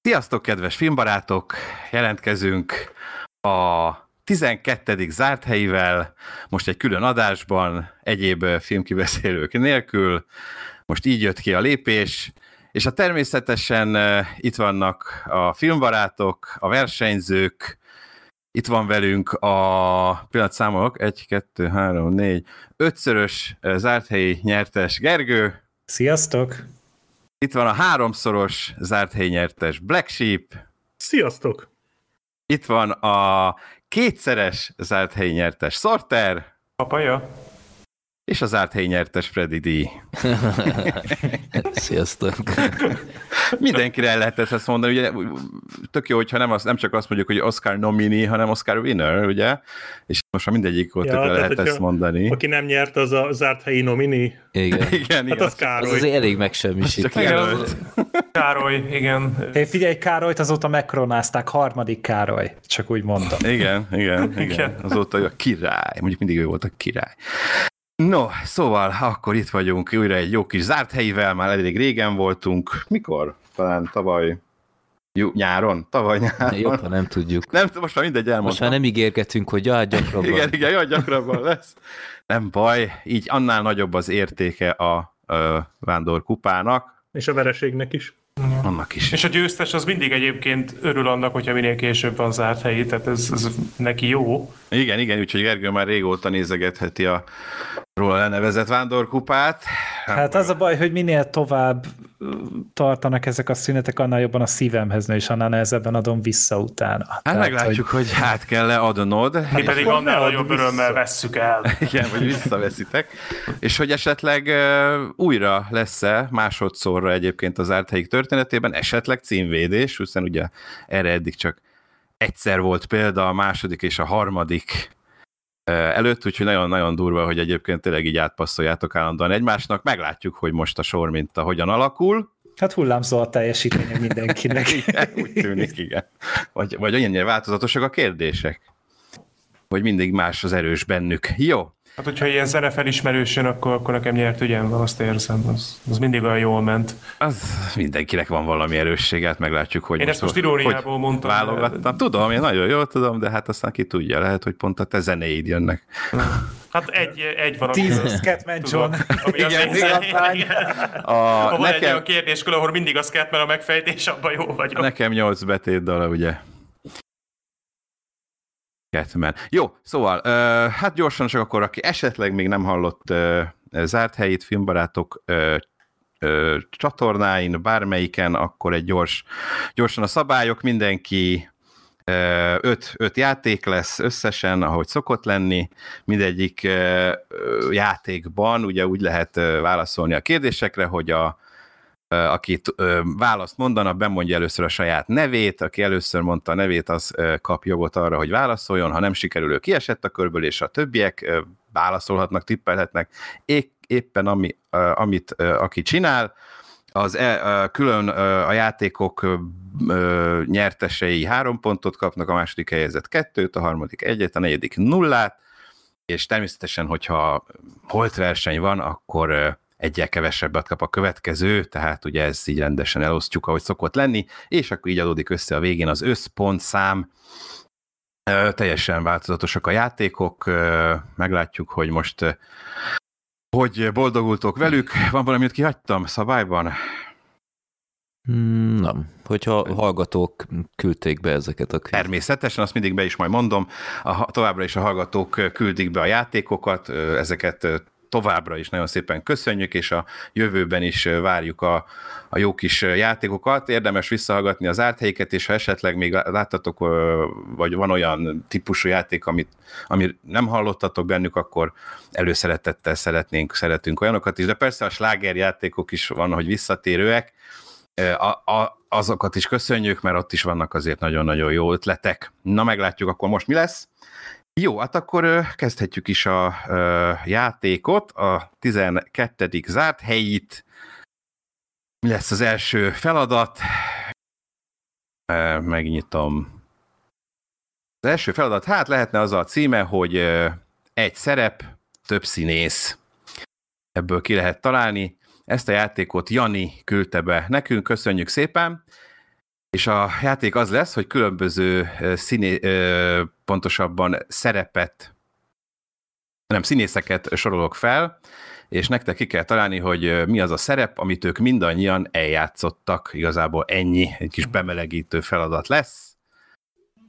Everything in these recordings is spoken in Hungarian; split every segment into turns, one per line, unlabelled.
Sziasztok, kedves filmbarátok! Jelentkezünk a 12. zárt helyivel, most egy külön adásban, egyéb filmkibeszélők nélkül. Most így jött ki a lépés, és hát természetesen itt vannak a filmbarátok, a versenyzők, itt van velünk a pillanat számolok, 1, 2, 3, 4, 5-szörös zárt helyi nyertes Gergő.
Sziasztok!
Itt van a háromszoros zárt helynyertes Black Sheep.
Sziasztok!
Itt van a kétszeres zárt helynyertes Sorter.
Papaja.
És a zárt helynyertes Freddy D.
Sziasztok!
Mindenkire el lehetett ezt mondani, ugye tök jó, hogyha nem, az, nem csak azt mondjuk, hogy Oscar nomini, hanem Oscar winner, ugye? És most már mindegyik ott ja, tehát, lehet ezt mondani.
Aki nem nyert, az a zárt helyi nomini.
Igen.
igen,
Hát
igen.
az Károly.
Az azért elég megsemmisítő.
Csak jelölt.
Károly, igen.
Én figyelj, Károlyt azóta megkoronázták, harmadik Károly, csak úgy mondom.
Igen, igen, igen, igen.
Igen.
Azóta ő a király. Mondjuk mindig ő volt a király. No, szóval akkor itt vagyunk újra egy jó kis zárt helyivel, már elég régen voltunk. Mikor? Talán tavaly Jú, nyáron? Tavaly nyáron.
Jobb, ha nem tudjuk.
Nem, most már mindegy,
Most
elmondtam.
már nem ígérgetünk, hogy jaj, gyakrabban.
Igen, igen, jaj, gyakrabban lesz. Nem baj, így annál nagyobb az értéke a ö, vándorkupának,
És a vereségnek is.
annak is.
És a győztes az mindig egyébként örül annak, hogyha minél később van zárt helyi, tehát ez, ez neki jó.
Igen, igen, úgyhogy Gergő már régóta nézegetheti a róla lenevezett vándorkupát.
Hát az a baj, hogy minél tovább ö, tartanak ezek a szünetek, annál jobban a szívemhez nő, és annál nehezebben adom vissza utána.
Hát
Tehát,
meglátjuk, hogy hát kell-e adnod.
Mi pedig
Hát akkor ne
annál
add
nagyobb
vissza.
örömmel vesszük el.
Igen, vagy visszaveszitek. És hogy esetleg ö, újra lesz-e másodszorra egyébként az árt helyik történetében, esetleg címvédés, hiszen ugye erre eddig csak egyszer volt példa a második és a harmadik ö, előtt, úgyhogy nagyon-nagyon durva, hogy egyébként tényleg így átpasszoljátok állandóan egymásnak. Meglátjuk, hogy most a sor minta hogyan alakul.
Hogy, hát hullámzó a teljesítménye mindenkinek.
Igen, úgy tűnik, igen. Vagy, vagy annyira változatosak a kérdések, hogy mindig más az erős bennük. Jó,
Hát, hogyha ilyen zene felismerős jön, akkor, akkor nekem nyert ügyem van, azt érzem. Az, az mindig olyan jól ment.
Az mindenkinek van valami erősséget, meglátjuk, hogy
Én ezt most iróniából
hogy
mondtam, de-
Válogattam. Tudom, én nagyon jól tudom, de hát aztán ki tudja, lehet, hogy pont a te zenéid jönnek.
Hát egy, egy van, ami,
Jesus, Catman John.
ami az
Igen,
én
igen.
zeneim.
A,
Ha van egy
nekem,
olyan kérdéskör, ahol mindig az kellett, mert a megfejtés, abban jó vagyok.
nekem nyolc betét dala, ugye? Catman. Jó, szóval, ö, hát gyorsan csak akkor, aki esetleg még nem hallott ö, zárt helyét filmbarátok ö, ö, csatornáin, bármelyiken, akkor egy gyors, gyorsan a szabályok, mindenki ö, öt, öt játék lesz összesen, ahogy szokott lenni, mindegyik ö, ö, játékban ugye úgy lehet ö, válaszolni a kérdésekre, hogy a ö, aki t- ö, választ mondana, bemondja először a saját nevét, aki először mondta a nevét, az ö, kap jogot arra, hogy válaszoljon, ha nem sikerül, ő kiesett a körből, és a többiek ö, válaszolhatnak, tippelhetnek, é- éppen ami, ö, amit ö, aki csinál, az e, ö, külön ö, a játékok ö, ö, nyertesei három pontot kapnak, a második helyezett kettőt, a harmadik egyet, a negyedik nullát, és természetesen, hogyha holt verseny van, akkor ö, egyel kevesebbet kap a következő, tehát ugye ez így rendesen elosztjuk, ahogy szokott lenni, és akkor így adódik össze a végén az összpontszám. Ö, Teljesen változatosak a játékok, ö, meglátjuk, hogy most ö, hogy boldogultok velük. Van valami, amit kihagytam szabályban?
Hmm, Nem. Hogyha hallgatók küldték be ezeket a kvíz-
Természetesen, azt mindig be is majd mondom, a, ha- továbbra is a hallgatók ö, küldik be a játékokat, ö, ezeket ö, továbbra is nagyon szépen köszönjük, és a jövőben is ö, várjuk a, a jó kis ö, játékokat. Érdemes visszahallgatni az árthelyeket, és ha esetleg még lá- láttatok, ö, vagy van olyan típusú játék, amit, amit nem hallottatok bennük, akkor előszeretettel szeretnénk, szeretünk olyanokat is, de persze a slágerjátékok is van, hogy visszatérőek, Ö, a, a, azokat is köszönjük, mert ott is vannak azért nagyon-nagyon jó ötletek. Na, meglátjuk akkor most mi lesz. Jó, hát akkor ö, kezdhetjük is a ö, játékot, a 12. zárt helyit. Mi lesz az első feladat? Ö, megnyitom. Az első feladat, hát lehetne az a címe, hogy ö, egy szerep, több színész. Ebből ki lehet találni. Ezt a játékot Jani küldte be nekünk, köszönjük szépen, És a játék az lesz, hogy különböző ö, színé, ö, pontosabban szerepet, nem színészeket sorolok fel, és nektek ki kell találni, hogy ö, mi az a szerep, amit ők mindannyian eljátszottak. Igazából ennyi, egy kis bemelegítő feladat lesz.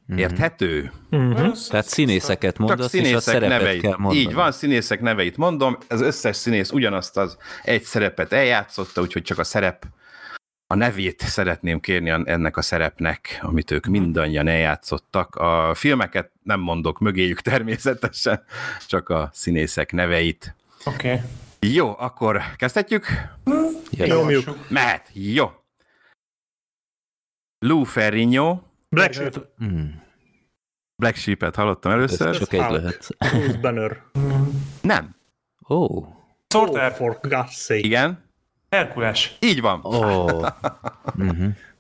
Mhm.
Érthető?
Mhm.
Uh-huh.
Hmm. Tehát színészeket
Csak
mondasz, és a
színészek
szerepet
neveit.
kell mondani.
Így van, színészek neveit mondom, az összes színész ugyanazt az egy szerepet eljátszotta, úgyhogy csak a szerep, a nevét szeretném kérni an- ennek a szerepnek, amit
Mhm.
ők mindannyian eljátszottak. A filmeket nem mondok mögéjük természetesen, csak a színészek neveit.
Oké. Okay.
Jó, akkor kezdhetjük?
Nyomjuk.
Mehet, jó. Lou Ferrigno,
Black Shirt,
Mm,
Black Sheep-et hallottam először.
ez csak egy
Hulk.
lehet.
Bruce Banner,
Nem,
Ó, oh.
oh,
Sorter,
for God's sake.
igen,
Herkules.
így van.
oh.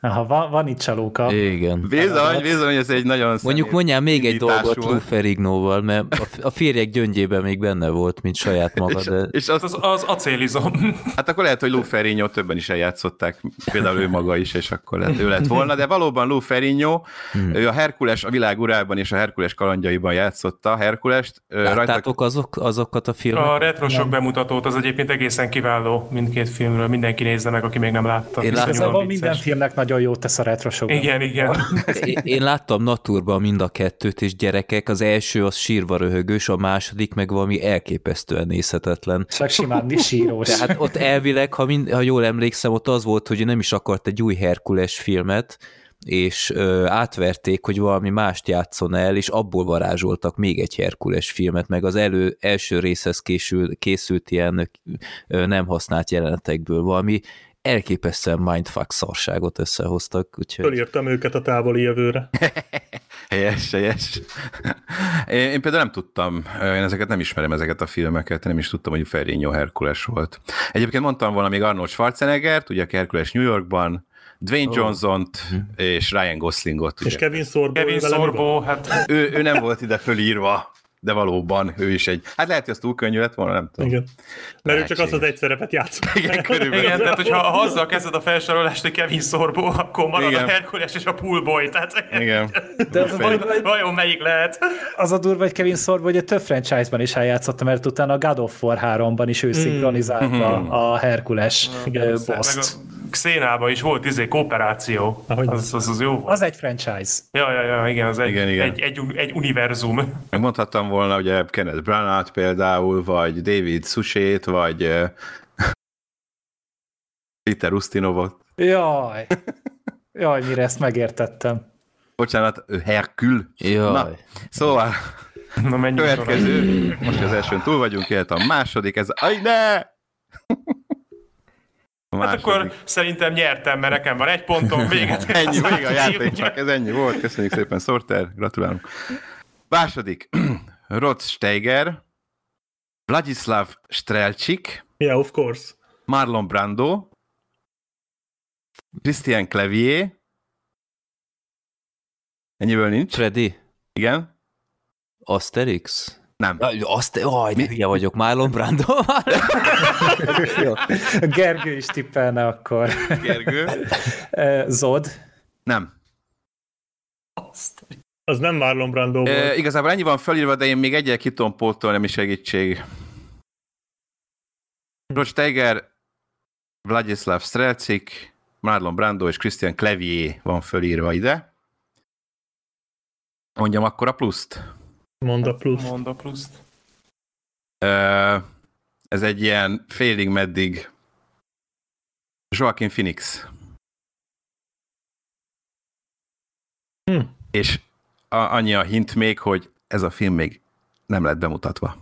Aha, van, van itt csalóka.
igen.
Bizony, bizony, ez egy nagyon
Mondjuk
személy-
mondjál még egy
indítás
dolgot
volt.
Luferignóval, mert a- a férjek gyöngyében még benne volt, mint saját maga, de
És azt,
Az az acélizom.
hát akkor lehet, hogy Lou Ferrigno többen is eljátszották, például ő maga is, és akkor lehet, ő lett volna, de valóban Lou Ferrigno,
Hmm.
ő a Herkules a világ urában és a Herkules kalandjaiban játszotta Herkulest. Ö, Rajta,
láttátok azok, azokat a filmeket?
A retrosok bemutatót az egyébként egészen kiváló mindkét filmről. Mindenki nézze meg, aki még nem látta.
Én
Iszonyúan
Igazából
vicces.
minden filmnek nagyon jót tesz a retrosokban.
Igen, igen.
Én- Én láttam Naturban mind a kettőt, és gyerekek, az első az sírva röhögős, a második meg valami elképesztően nézhetetlen.
Csak simán sírós. Tehát
Tehát ott elvileg, ha, mind, ha jól emlékszem, ott az volt, hogy ő nem is akart egy új Herkules filmet, és ö, átverték, hogy valami mást játszon el, és abból varázsoltak még egy Herkules filmet, meg az elő, első részhez késül, készült ilyen ö, nem használt jelenetekből valami elképesztően mindfuck szarságot összehoztak, úgyhogy
Fölírtam őket a távoli jövőre.
helyes, helyes. Én, én például nem tudtam, ö, én ezeket nem ismerem, ezeket a filmeket, nem is tudtam, hogy Ferrigno Herkules volt. Egyébként mondtam volna még Arnold Schwarzeneggert, ugye aki Herkules New Yorkban, Dwayne oh. Johnson-t
Hmm.
és Ryan Goslingot.
És
Ugye.
Kevin Sorbo.
Kevin
vele mi van?
Sorbo, hát
ő, ő nem volt ide fölírva, de valóban ő is egy. Hát lehet, hogy az túl könnyű lett volna, nem tudom.
Igen. Mert ő csak azt
Lehetséges.
az egy szerepet játszott.
Igen, körülbelül.
igen, tehát hogyha ha azzal kezded a felsorolást, hogy Kevin Sorbo, akkor marad
Igen.
a Herkules és a Poolboy, tehát
Igen.
De az a baj,
Vaj- vajon melyik lehet?
az a durva, hogy Kevin Sorbo ugye több franchise-ban is eljátszotta, mert utána a God of War 3-ban is ő szinkronizálta a Herkules
Igen,
ö,
Meg a
boss-t.
Xénában is volt izé kooperáció.
Ahogy-
Az, az, az jó volt.
Az egy franchise.
Ja, ja, ja, igen, az egy,
Igen,
igen,
igen.
igen. egy, egy, egy univerzum.
Meg Mondhattam volna, ugye Kenneth Branagh például, vagy David Sushét, vagy eh, Peter Ustinovot.
Jaj. Jaj, mire ezt megértettem.
Bocsánat, ő Herkül.
Jaj.
Na, szóval
Na menjünk tovább.
következő, most az elsőn túl vagyunk, illetve a második, ez, aj ne! A
Hát akkor szerintem nyertem, mert nekem van egy pontom, véget.
Ennyi, vége a játéknak, ez ennyi volt. Köszönjük szépen, Sorter, gratulálunk. Második, Rod Steiger, Vladislav Strelcsik,
Yeah, of course.
Marlon Brando, Christian Clavier, ennyiből nincs,
Freddy,
igen,
Asterix?
nem.
Na, Azt, aj, de hülye vagyok, Marlon Brando.
Gergő is tippelne akkor.
Gergő?
Ö, Zod.
Nem.
Az nem Marlon Brando volt.
E, igazából ennyi van fölírva, de én még egyel ki tudom pótolni, ami segítség. Rod Steiger, Vladislav Strelcik, Marlon Brando és Christian Clavier van fölírva ide. Mondjam akkor a pluszt.
Monda
Hát,
plusz.
Mondd a pluszt.
Ö, ez egy ilyen félig meddig Joaquin Phoenix.
Hm.
És a, annyi a hint még, hogy ez a film még nem lett bemutatva.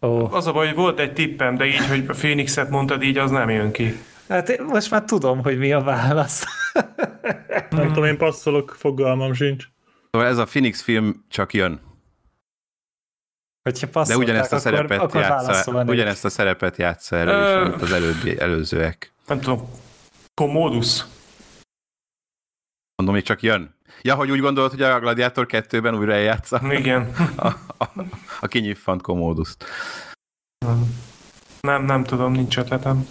Ó.
Az a baj, hogy volt egy tippem, de így, hogy a Phoenixet mondtad, így az nem jön ki.
Hát én most már tudom, hogy mi a válasz.
Nem tudom, én passzolok, fogalmam sincs.
Szóval ez a Phoenix film csak jön,
Hogyha
de
passzolták,
ugyanezt a
akkor,
szerepet
akkor
játsza,
válaszolni.
ugyanezt a szerepet játsza elő,
Ö.
is, mint az előbbi, előzőek.
Nem tudom. Commodus?
Mondom, hogy csak jön. Ja, hogy úgy gondolod, hogy a Gladiator 2-ben újra eljátsza
Igen.
a, a, a kinyiffant komóduszt.
Nem, nem tudom, nincs ötletem.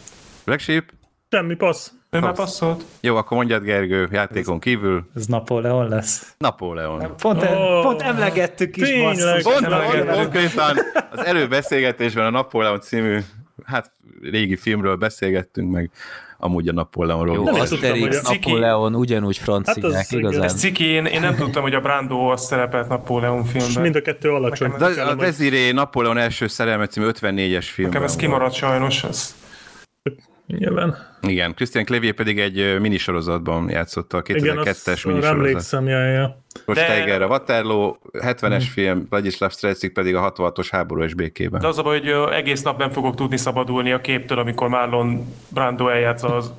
Black Sheep?
Semmi passz.
Ő már passzolt.
Jó, akkor mondjad Gergő, játékon kívül
Ez Napóleon lesz.
Napóleon.
Pont, oh,
Ó,
pont emlegettük is,
tényleg.
basszus.
Pont, pont,
Napóleon.
konkrétan az előbeszélgetésben a Napóleon című, hát régi filmről beszélgettünk meg, amúgy a Napóleonról.
Jó,
volt.
is
Asterix,
tudtam, hogy a-
Napóleon, ugyanúgy franciák,
Hát az-
igazán.
Ez ciki, én, én nem tudtam, hogy a Brando az szerepelt Napóleon
És
filmben.
mind a kettő alacsony.
Nekem-
De
Kellem,
a
hogy-
Desiree Napóleon első szerelme című 54-es filmben.
Nekem ez
volt.
kimaradt sajnos. Ez.
Nyilván.
Igen, Christian Clavier pedig egy ö, minisorozatban játszotta a
Igen,
2002-es
azt
minisorozat.
emlékszem, Mhm. ja, ja.
Most
De-
Tiger a Waterloo, 70-es film, Vladislav Strelcik pedig a 66-os háború és békében.
De az a baj, hogy ö, egész nap nem fogok tudni szabadulni a képtől, amikor Marlon Brando eljátsz az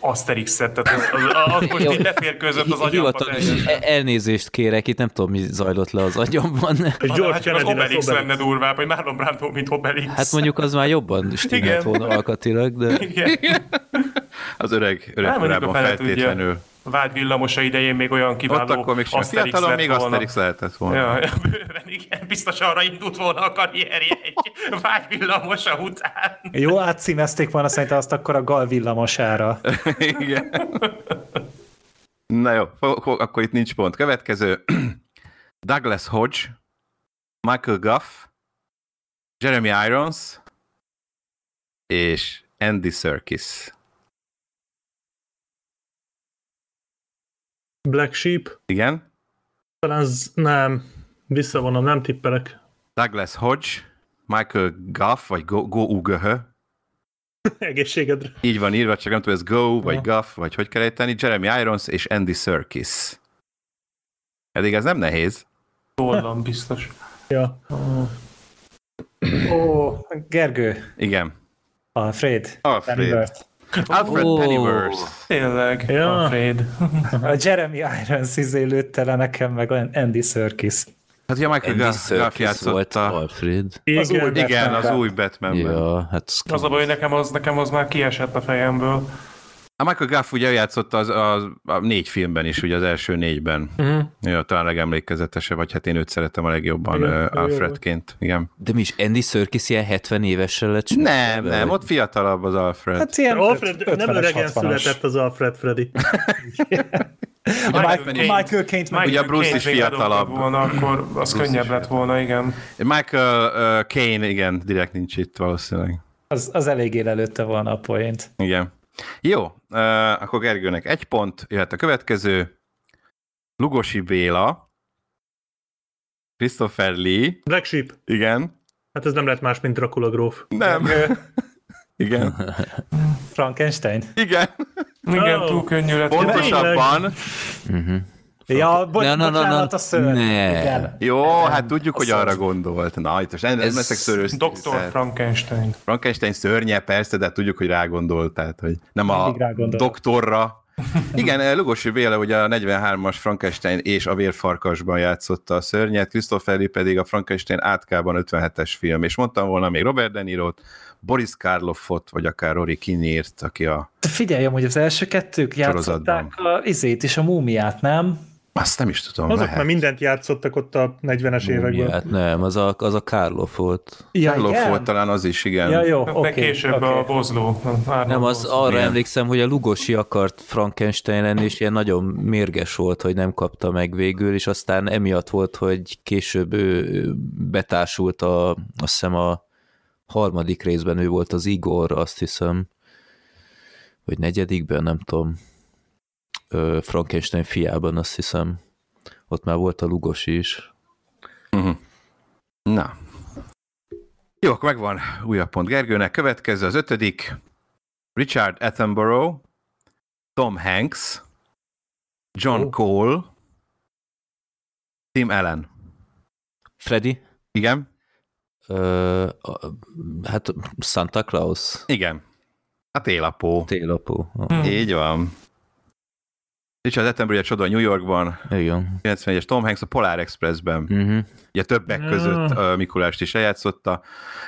Asterix-et. Tehát az, az, az most így leférkőzött az agyamba.
Hivatalos
teljesen.
e- elnézést kérek, itt nem tudom, mi zajlott le az agyamban.
És
Az,
George
hát csak az
Kennedy
Obelix
lesz
lenne
Obelix.
durvább, hogy Marlon Brando, mint Obelix.
Hát mondjuk az már jobban stimmelt
Igen.
volna alkatilag, de
Igen.
Az öreg, öreg
Hát mondjuk
korában
a fele tudja.
feltétlenül.
vád villamosa idején még olyan kiváló
Ott akkor még sem
Asterix
fiatalon,
lett
még
volna.
Asterix lehetett volna.
Ja, ja, bőven, igen, biztos arra indult volna a karrierje egy vágyvillamosa után.
Jó, átcímezték volna szerintem azt akkor a gal villamosára.
Igen. Na jó, fo- fo- akkor itt nincs pont. Következő. Douglas Hodge, Michael Guff, Jeremy Irons és Andy Serkis.
Black Sheep.
Igen?
Talán ez nem. Visszavonom, nem tippelek.
Douglas Hodge, Michael Guff, vagy Go, Go Ugöhö.
Egészségedre.
Így van írva, csak nem tudom, ez Go, vagy Guff, vagy hogy kell ejteni. Jeremy Irons és Andy Serkis. Eddig ez nem nehéz.
Tollam biztos.
Ja.
Ó, Gergő,
Igen.
Alfred,
Alfred.
Pennyworth.
Alfred
Ó.
Pennyworth.
Tényleg,
Ja.
ja. Alfred.
A Jeremy Irons izé lőtte le nekem, meg olyan Andy Serkis.
Hát ugye Michael
Andy
Guff, Guff
Serkis volt
játszotta.
Alfred.
Az új
Igen.
Batman.
Igen, az
Batmanben.
új Batmanben. Ja.
Ja, hát az
Az a baj, hogy nekem az, nekem az már kiesett a fejemből.
A Michael Guff ugye játszotta az, az, a négy filmben is, ugye az első négyben.
Mhm.
Ja, talán legemlékezetesebb, vagy hát én őt szeretem a legjobban
Igen,
ö,
ő jó
Alfredként. Igen.
De mi is, Andy Serkis ilyen 70 évesen lett?
Nem,
csinálva,
nem,
vagy?
ott fiatalabb az Alfred.
Hát ilyen
Alfred,
öt-
nem
50-es,
öregen
60-as.
született az Alfred Freddy.
A Michael,
Michael
Michael
Caine.
Caine-t meg
Ugye a
Michael
Bruce
Caine
is
még
fiatalabb.
bedobtad Volna, akkor az
Bruce
könnyebb
is
lett volna, igen.
Michael uh, Kane, igen, direkt nincs itt valószínűleg.
az, az eléggé lelőtte volna a poént.
Igen. Jó, uh, akkor Gergőnek egy pont, jöhet a következő. Lugosi Béla, Christopher Lee,
Black Sheep.
igen,
Hát ez nem lehet más, mint Dracula gróf.
nem, igen,
Frankenstein?
igen,
Igen,
Ó.
túl könnyű lett. volna.
pontosabban,
Ja, bocs,
Na, na, na,
bocsánat,
na.
a szőr.
Ne.
Igen.
Jó, hát tudjuk, hogy arra gondolt. Na, itt most nem
Ez
ez leszek szörös.
Dr. Frankenstein.
Frankenstein szörnye, persze, de tudjuk, hogy rágondolt, tehát, hogy nem a
Mindig rágondolt.
doktorra. Igen, eh, Lugosi Béla ugye a 43-as Frankenstein és a Vérfarkasban játszotta a szörnyet, Christopher Lee pedig a Frankenstein átkában 57-es film, és mondtam volna még Robert De Niro-t, Boris Karloffot, vagy akár Rory Kinneart, aki a...
De Figyelj, hogy az első kettők
Sorozatban.
játszották a izét is, a múmiát, nem?
Azt nem is tudom,
Azok
lehet.
már mindent játszottak ott a 40-es
Ja,
években.
hát nem, az a, az a Karloff volt.
Ja,
Karloff
igen?
volt talán az is, igen.
Ja, jó,
Meg
oké.
később
oké.
a bozló.
Nem, az arra
igen.
emlékszem, hogy a Lugosi akart Frankenstein lenni, és ilyen nagyon mérges volt, hogy nem kapta meg végül, és aztán emiatt volt, hogy később ő ő betársult a, azt hiszem a harmadik részben ő volt az Igor, azt hiszem, vagy negyedikben, nem tudom, Ö, Frankenstein fiában, azt hiszem. Ott már volt a Lugosi is.
Na. Jó, akkor megvan újabb pont Gergőnek. Következő az ötödik. Richard Attenborough, Tom Hanks, John
Ó.
Cole, Tim Allen.
Freddy?
Igen?
Ö, a, hát Santa Claus.
Igen. Hát A télapó.
Télapó. Ah,
Így van. Richard Attenborough ugye csoda New Yorkban,
Igen.
91-es Tom Hanks a Polar Expressben.
Uh-huh.
Ugye többek között ö, Mikulást is eljátszotta.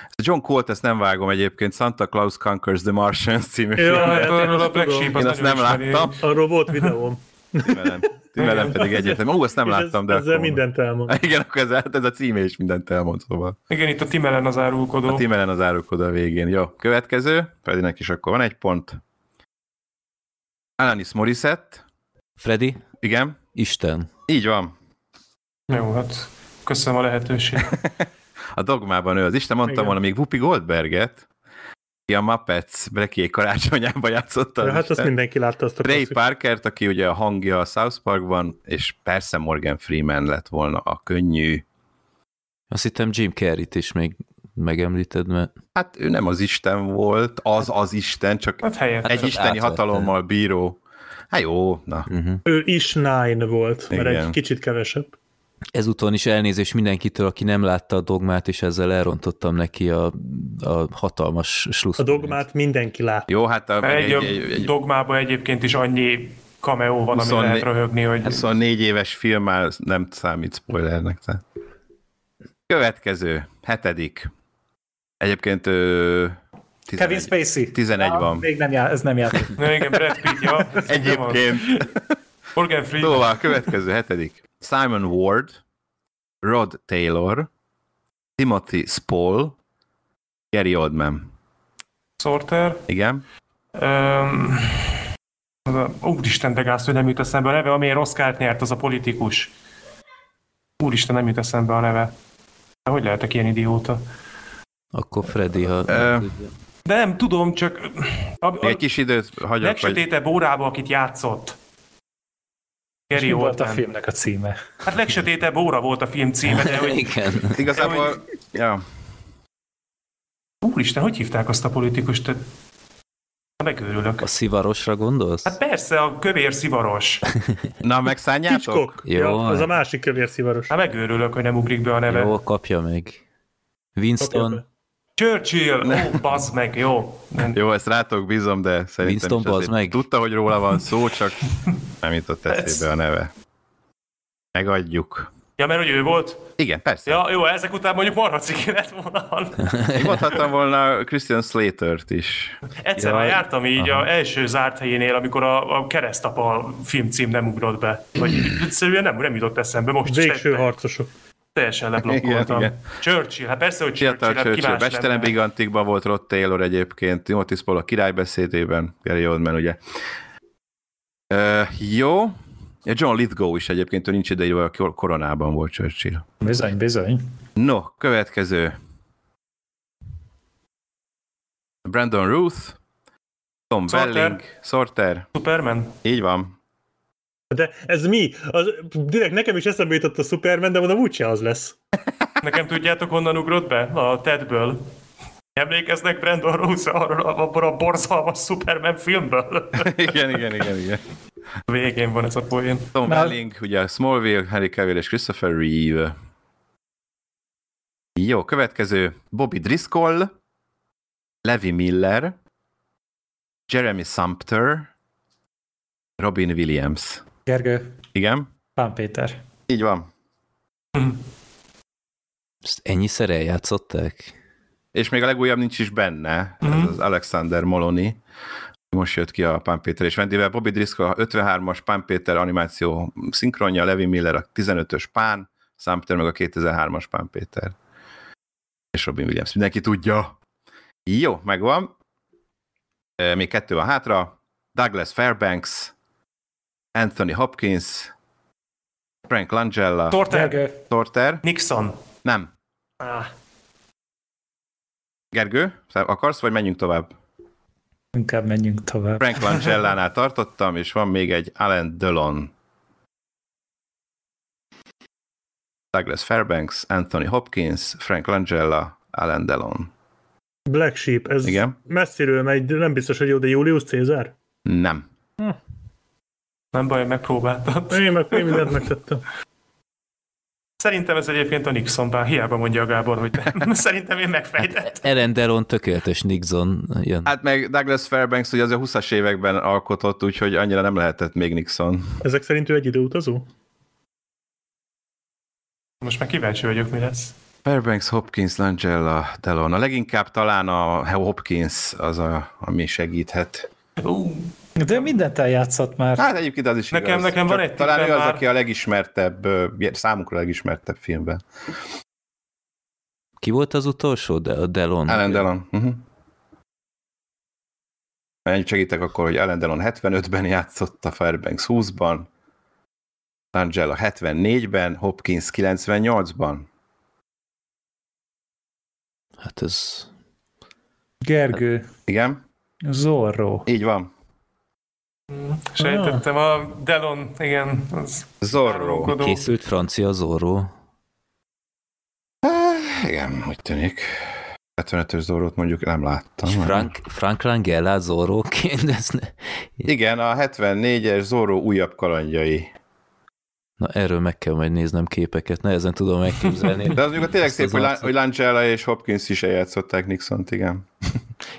Ezt a John Colt, ezt nem vágom egyébként, Santa Claus Conquers the Martians című
Ja,
filmet.
hát én
Erről
azt
a Black
tudom.
Sheep
Én
az
azt
nagyon
nem
ismeri.
láttam,
Arról volt videóm.
Timelem. Timelem pedig egyértelmű. Ó, ezt nem
És ez-
láttam, de
Ezzel
akkor-
mindent elmond.
Igen, akkor ez, hát ez a címe is mindent elmond, szóval.
Igen, itt a Timelen az
A
árulkodó.
Timelen az áruk oda a végén. Jó, következő. Fedinek is akkor van egy pont. Alanis Morissette,
Freddy,
igen,
Isten.
így van.
Jó, hát köszönöm a lehetőséget.
A dogmában ő az Isten, mondtam
Igen.
volna még Whoopi Goldberget, aki a Muppets Brekié karácsonyában játszotta.
Ja, hát azt
Isten.
mindenki látta azt a
Ray
klasszikus-
Parkert, aki ugye a hangja a South Parkban, és persze Morgan Freeman lett volna a könnyű.
Azt hittem Jim Carrey-t is még megemlíted, mert
Hát ő nem az Isten volt, az az Isten, csak
Hát helyett.
egy
csak
isteni
átvette.
hatalommal bíró. Hát jó, na.
uh-huh.
Ő is nine volt, mert
Igen.
egy kicsit kevesebb.
ezúton is elnézés mindenkitől, aki nem látta a dogmát, és ezzel elrontottam neki a, a hatalmas slussz.
A dogmát mindenki látta.
Jó, hát a,
Egy,
egy,
egy,
egy, egy
dogmában egyébként is annyi cameo van, 24...
24
lehet röhögni, hogy...
24 éves film már nem számít spoilernek. Tehát. Következő, hetedik. Egyébként ö,
Kevin
11,
Spacey.
11 van.
Még nem já- ez nem játék.
Na igen, Brad Pitt, ja. Ez nem az.
Egyébként.
Morgan Freeman.
Szóval, következő hetedik. Simon Ward, Rod Taylor, Timothy Spall, Gary Oldman.
Sorter.
Igen?
Öm, az a, úristen, de gáz, hogy nem jut eszembe a neve, amilyen Oszkárt nyert, az a politikus. Úristen, nem jut eszembe a neve. De hogy lehetek ilyen idióta?
Akkor Freddy, ha...
Ö,
De nem tudom, csak a, a
Még egy kis időt hagyok, vagy
legsötétebb órába, akit játszott.
És Mi
Gary
volt a
Oldman.
filmnek a címe?
Hát legsötétebb óra volt a film címe, de hogy
Igen.
igazából... Ja.
úristen, hogy hívták azt a politikust? Tehát Megőrülök.
A szivarosra gondolsz?
Hát persze, a kövér szivaros.
Na, megszánjátok?
Hitchcock.
Jó.
Ja, az a másik kövér szivaros.
Hát megőrülök, hogy nem ugrik be a neve.
Jó, kapja meg. Winston,
Kapja
Churchill, ó, bazd meg, jó. Nem,
Jó, ezt rátok bízom, de szerintem
Winston,
is
bazd
azért
meg.
tudta, hogy róla van szó, csak nem jutott eszébe a neve. Megadjuk.
Ja, mert hogy ő volt?
Igen, persze.
Ja, jó, ezek után mondjuk marha ciki lett volna.
Én mondhattam volna Christian Slater-t is.
Egyszer
Ja,
már jártam így a első zárt helyénél, amikor a, a keresztapa filmcím nem ugrott be. Vagy egyszerűen nem, nem jutott eszembe, most
Végső
se-
harcosok.
teljesen leblokkoltam.
Igen, igen.
Churchill, hát persze, hogy
Fiatal
Churchill, hát ki
Churchill,
más
Bestelen
lenne.
Brigantikban volt Rod Taylor egyébként, Timothy Spall a királybeszédében, Gary Oldman ugye. Ö, jó, Ja, John Lithgow is egyébként, ő nincs ideírva, a kor- koronában volt Churchill.
Bizony, bizony.
No, következő. Brandon Ruth, Tom
Sorter.
Belling, Sorter,
Superman?
így van.
De ez mi? Az, direkt nekem is eszembe jutott a Superman, de mondom, úgyse az lesz.
Nekem tudjátok, honnan ugrott be? A Tedből. Emlékeznek Brandon Rose arról a- abból a borzalmas Superman filmből?
igen, igen, igen, igen.
Végén van ez a poén.
Tom
Már-
Welling, ugye Smallville, Harry Cavill és Christopher Reeve. Jó, következő Bobby Driscoll, Levi Miller, Jeremy Sumpter, Robin Williams.
Gergő,
Igen?
Pán Péter.
Így van.
ezt ennyiszer eljátszották?
És még a legújabb nincs is benne,
Mhm.
ez az Alexander Molony. Most jött ki a Pán Péter és Vendivel. Bobby Driscoll 53-as Pán Péter animáció szinkronja, Levi Miller a 15-ös Pán, Sumpter meg a 2003-as Pán Péter. És Robin Williams. Mindenki tudja. Jó, megvan. E, Még kettő van hátra. Douglas Fairbanks, Anthony Hopkins, Frank Langella,
Torter?
Gergő,
Torter.
Nixon.
Nem.
Ah.
Gergő, te akarsz, vagy menjünk tovább?
inkább menjünk tovább.
Frank Langellánál tartottam, és van még egy Alan Delon. Douglas Fairbanks, Anthony Hopkins, Frank Langella, Alan Delon.
Black Sheep, ez
Igen.
messziről megy, de nem biztos, hogy jó, de Julius Cézár?
Nem.
Nem baj, megpróbáltam.
Én meg én mindent megtettem.
Szerintem ez egyébként a Nixon bár hiába mondja a Gábor, hogy nem. Szerintem én megfejtettem.
Ellen Delon tökéletes Nixon. Jön. Hát,
Hát meg Douglas Fairbanks ugye az a 20-as években alkotott, úgyhogy annyira nem lehetett még Nixon.
Ezek szerint ő egy időutazó?
Most már kíváncsi vagyok, mi lesz.
Fairbanks, Hopkins, Langella, Delon. A leginkább talán a Hopkins az, a, ami segíthet.
Ú,
De mindent eljátszott már.
Hát egyébként az is
Nekem-
igaz.
nekem van
Csak
egy
Talán ő
tippem
az,
már.
aki a legismertebb, ö, számunkra a legismertebb filmben.
Ki volt az utolsó? De a Delon.
Mhm. Alan Delon. Uh-huh. Ennyi segítek akkor, hogy Alan Delon 75-ben játszott, a Fairbanks 20-ban, Angela 74-ben, Hopkins 98-ban.
Hát ez...
Gergő,
Igen,
Zorro.
így van.
Sejtettem a Delon, igen, az
Zorro.
Gondolom.
Készült francia Zorro.
Eh, Igen, úgy tűnik. 75-ös Zorrót mondjuk nem láttam.
És Frank, Frank Langella Zorróként, ez ne...
Igen, a 74-es Zorro újabb kalandjai.
Na erről meg kell majd néznem képeket, nehezen tudom megképzelni.
De az mondjuk tényleg
Azt
szép,
az
hogy, Lan-
arcot.
hogy Langella és Hopkins is eljátszották Nixont, igen.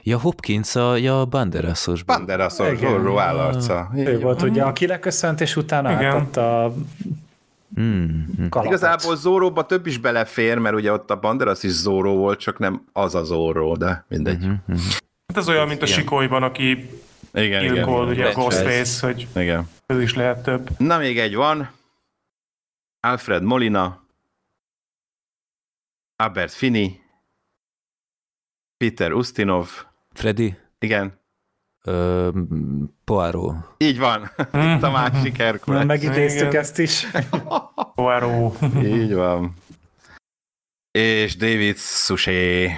Ja, Hopkins a, ja, a Banderasosban.
Banderas a
Igen.
Zorro állarca.
Ő
Így
volt ugye, aki leköszönt, és utána
Igen.
átadta a
Mm, mm.
kalapot.
Igazából Zoróba több is belefér, mert ugye ott a Banderas is Zoró volt, csak nem az a Zoró, de mindegy.
Mhm.
Mm-hmm.
Hát ez olyan, mint a sikolyban, aki
Igen, igen.
gyilkol, ugye a
Lehet,
Ghostface, hogy
igen.
ez is lehet több.
Na, még egy van. Alfred Molina, Albert Fini, Peter Ustinov,
Freddy?
igen,
Ö, Poirot.
így van, itt a másik
Na,
Herkules.
megidéztük
Igen.
ezt is.
Poirot.
Így van. És David Suchet.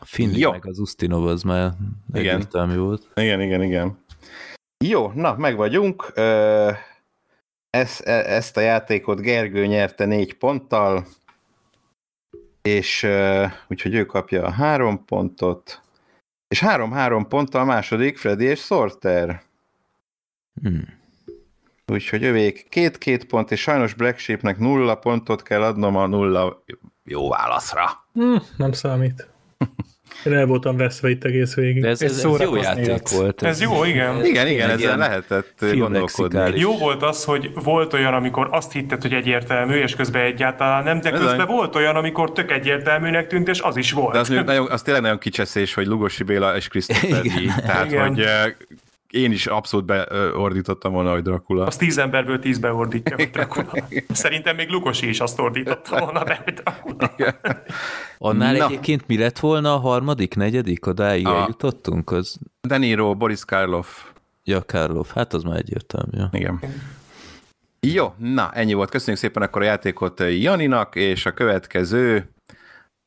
Finley
Jó.
meg az Ustinov, az már
Igen.
egyértelmű volt.
Igen, igen, igen. Jó, na, meg vagyunk. Ö, Ez, e- ezt a játékot Gergő nyerte négy ponttal, és ö, úgyhogy ő kapja a három pontot, és három-három ponttal a második Freddy és Sorter.
Mm.
Úgyhogy övék két-két pont, és sajnos Black Sheepnek nulla pontot kell adnom a nulla jó válaszra.
Hm, nem számít. Én el voltam veszve itt egész végig.
De ez,
És
ez, ez jó
szórakozni
játék
jött.
volt.
Ez jó, igen.
Igen, igen,
Tényleg
ezzel
ilyen
lehetett
filmlexikális.
gondolkodni.
Jó volt az, hogy volt olyan, amikor azt hitted, hogy egyértelmű, és közben egyáltalán nem, de
Bizony.
közben volt olyan, amikor tök egyértelműnek tűnt, és az is volt.
De az, mondjuk nagyon, az tényleg nagyon kicseszés, hogy Lugosi Béla és Christopher Lee.
Igen.
Tehát,
Igen.
hogy eh, én is abszolút beordítottam volna, hogy Dracula.
Az tíz emberből tízbe ordítja hogy Dracula. Szerintem még Lukosi is azt ordította volna be, hogy Dracula.
Annál
Na.
egyébként mi lett volna a harmadik, negyedik, odáig
Aha.
eljutottunk? Az,
De Niro, Boris Karloff.
ja, Karlov, hát az már egyértelmű. Ja.
Igen. Jó, na, ennyi volt. Köszönjük szépen akkor a játékot eh, Janinak, és a következő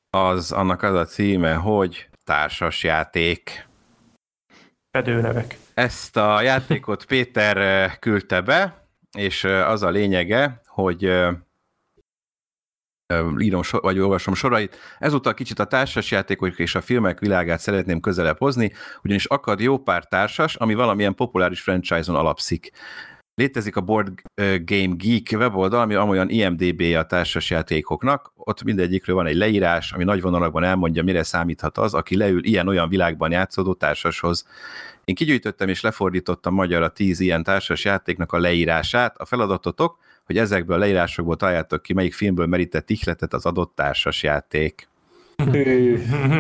az, annak az a címe, hogy társasjáték.
Fedőnevek.
Ezt a játékot Péter eh, küldte be, és eh, az a lényege, hogy eh, ö, írom, so- vagy olvasom sorait. Ezúttal kicsit a társasjátékok és a filmek világát szeretném közelebb hozni, ugyanis akad jó pár társas, ami valamilyen populáris franchise-on alapszik. Létezik a Board ö, Game Geek weboldal, ami amolyan IMDB-je a társasjátékoknak, ott mindegyikről van egy leírás, ami nagy vonalakban elmondja, mire számíthat az, aki leül ilyen-olyan világban játszódó társashoz. Én kigyűjtöttem és lefordítottam magyarra 10 ilyen társasjátéknak a leírását. A feladatotok, hogy ezekből a leírásokból találjátok ki, melyik filmből merített ihletet az adott társasjáték.
Ő.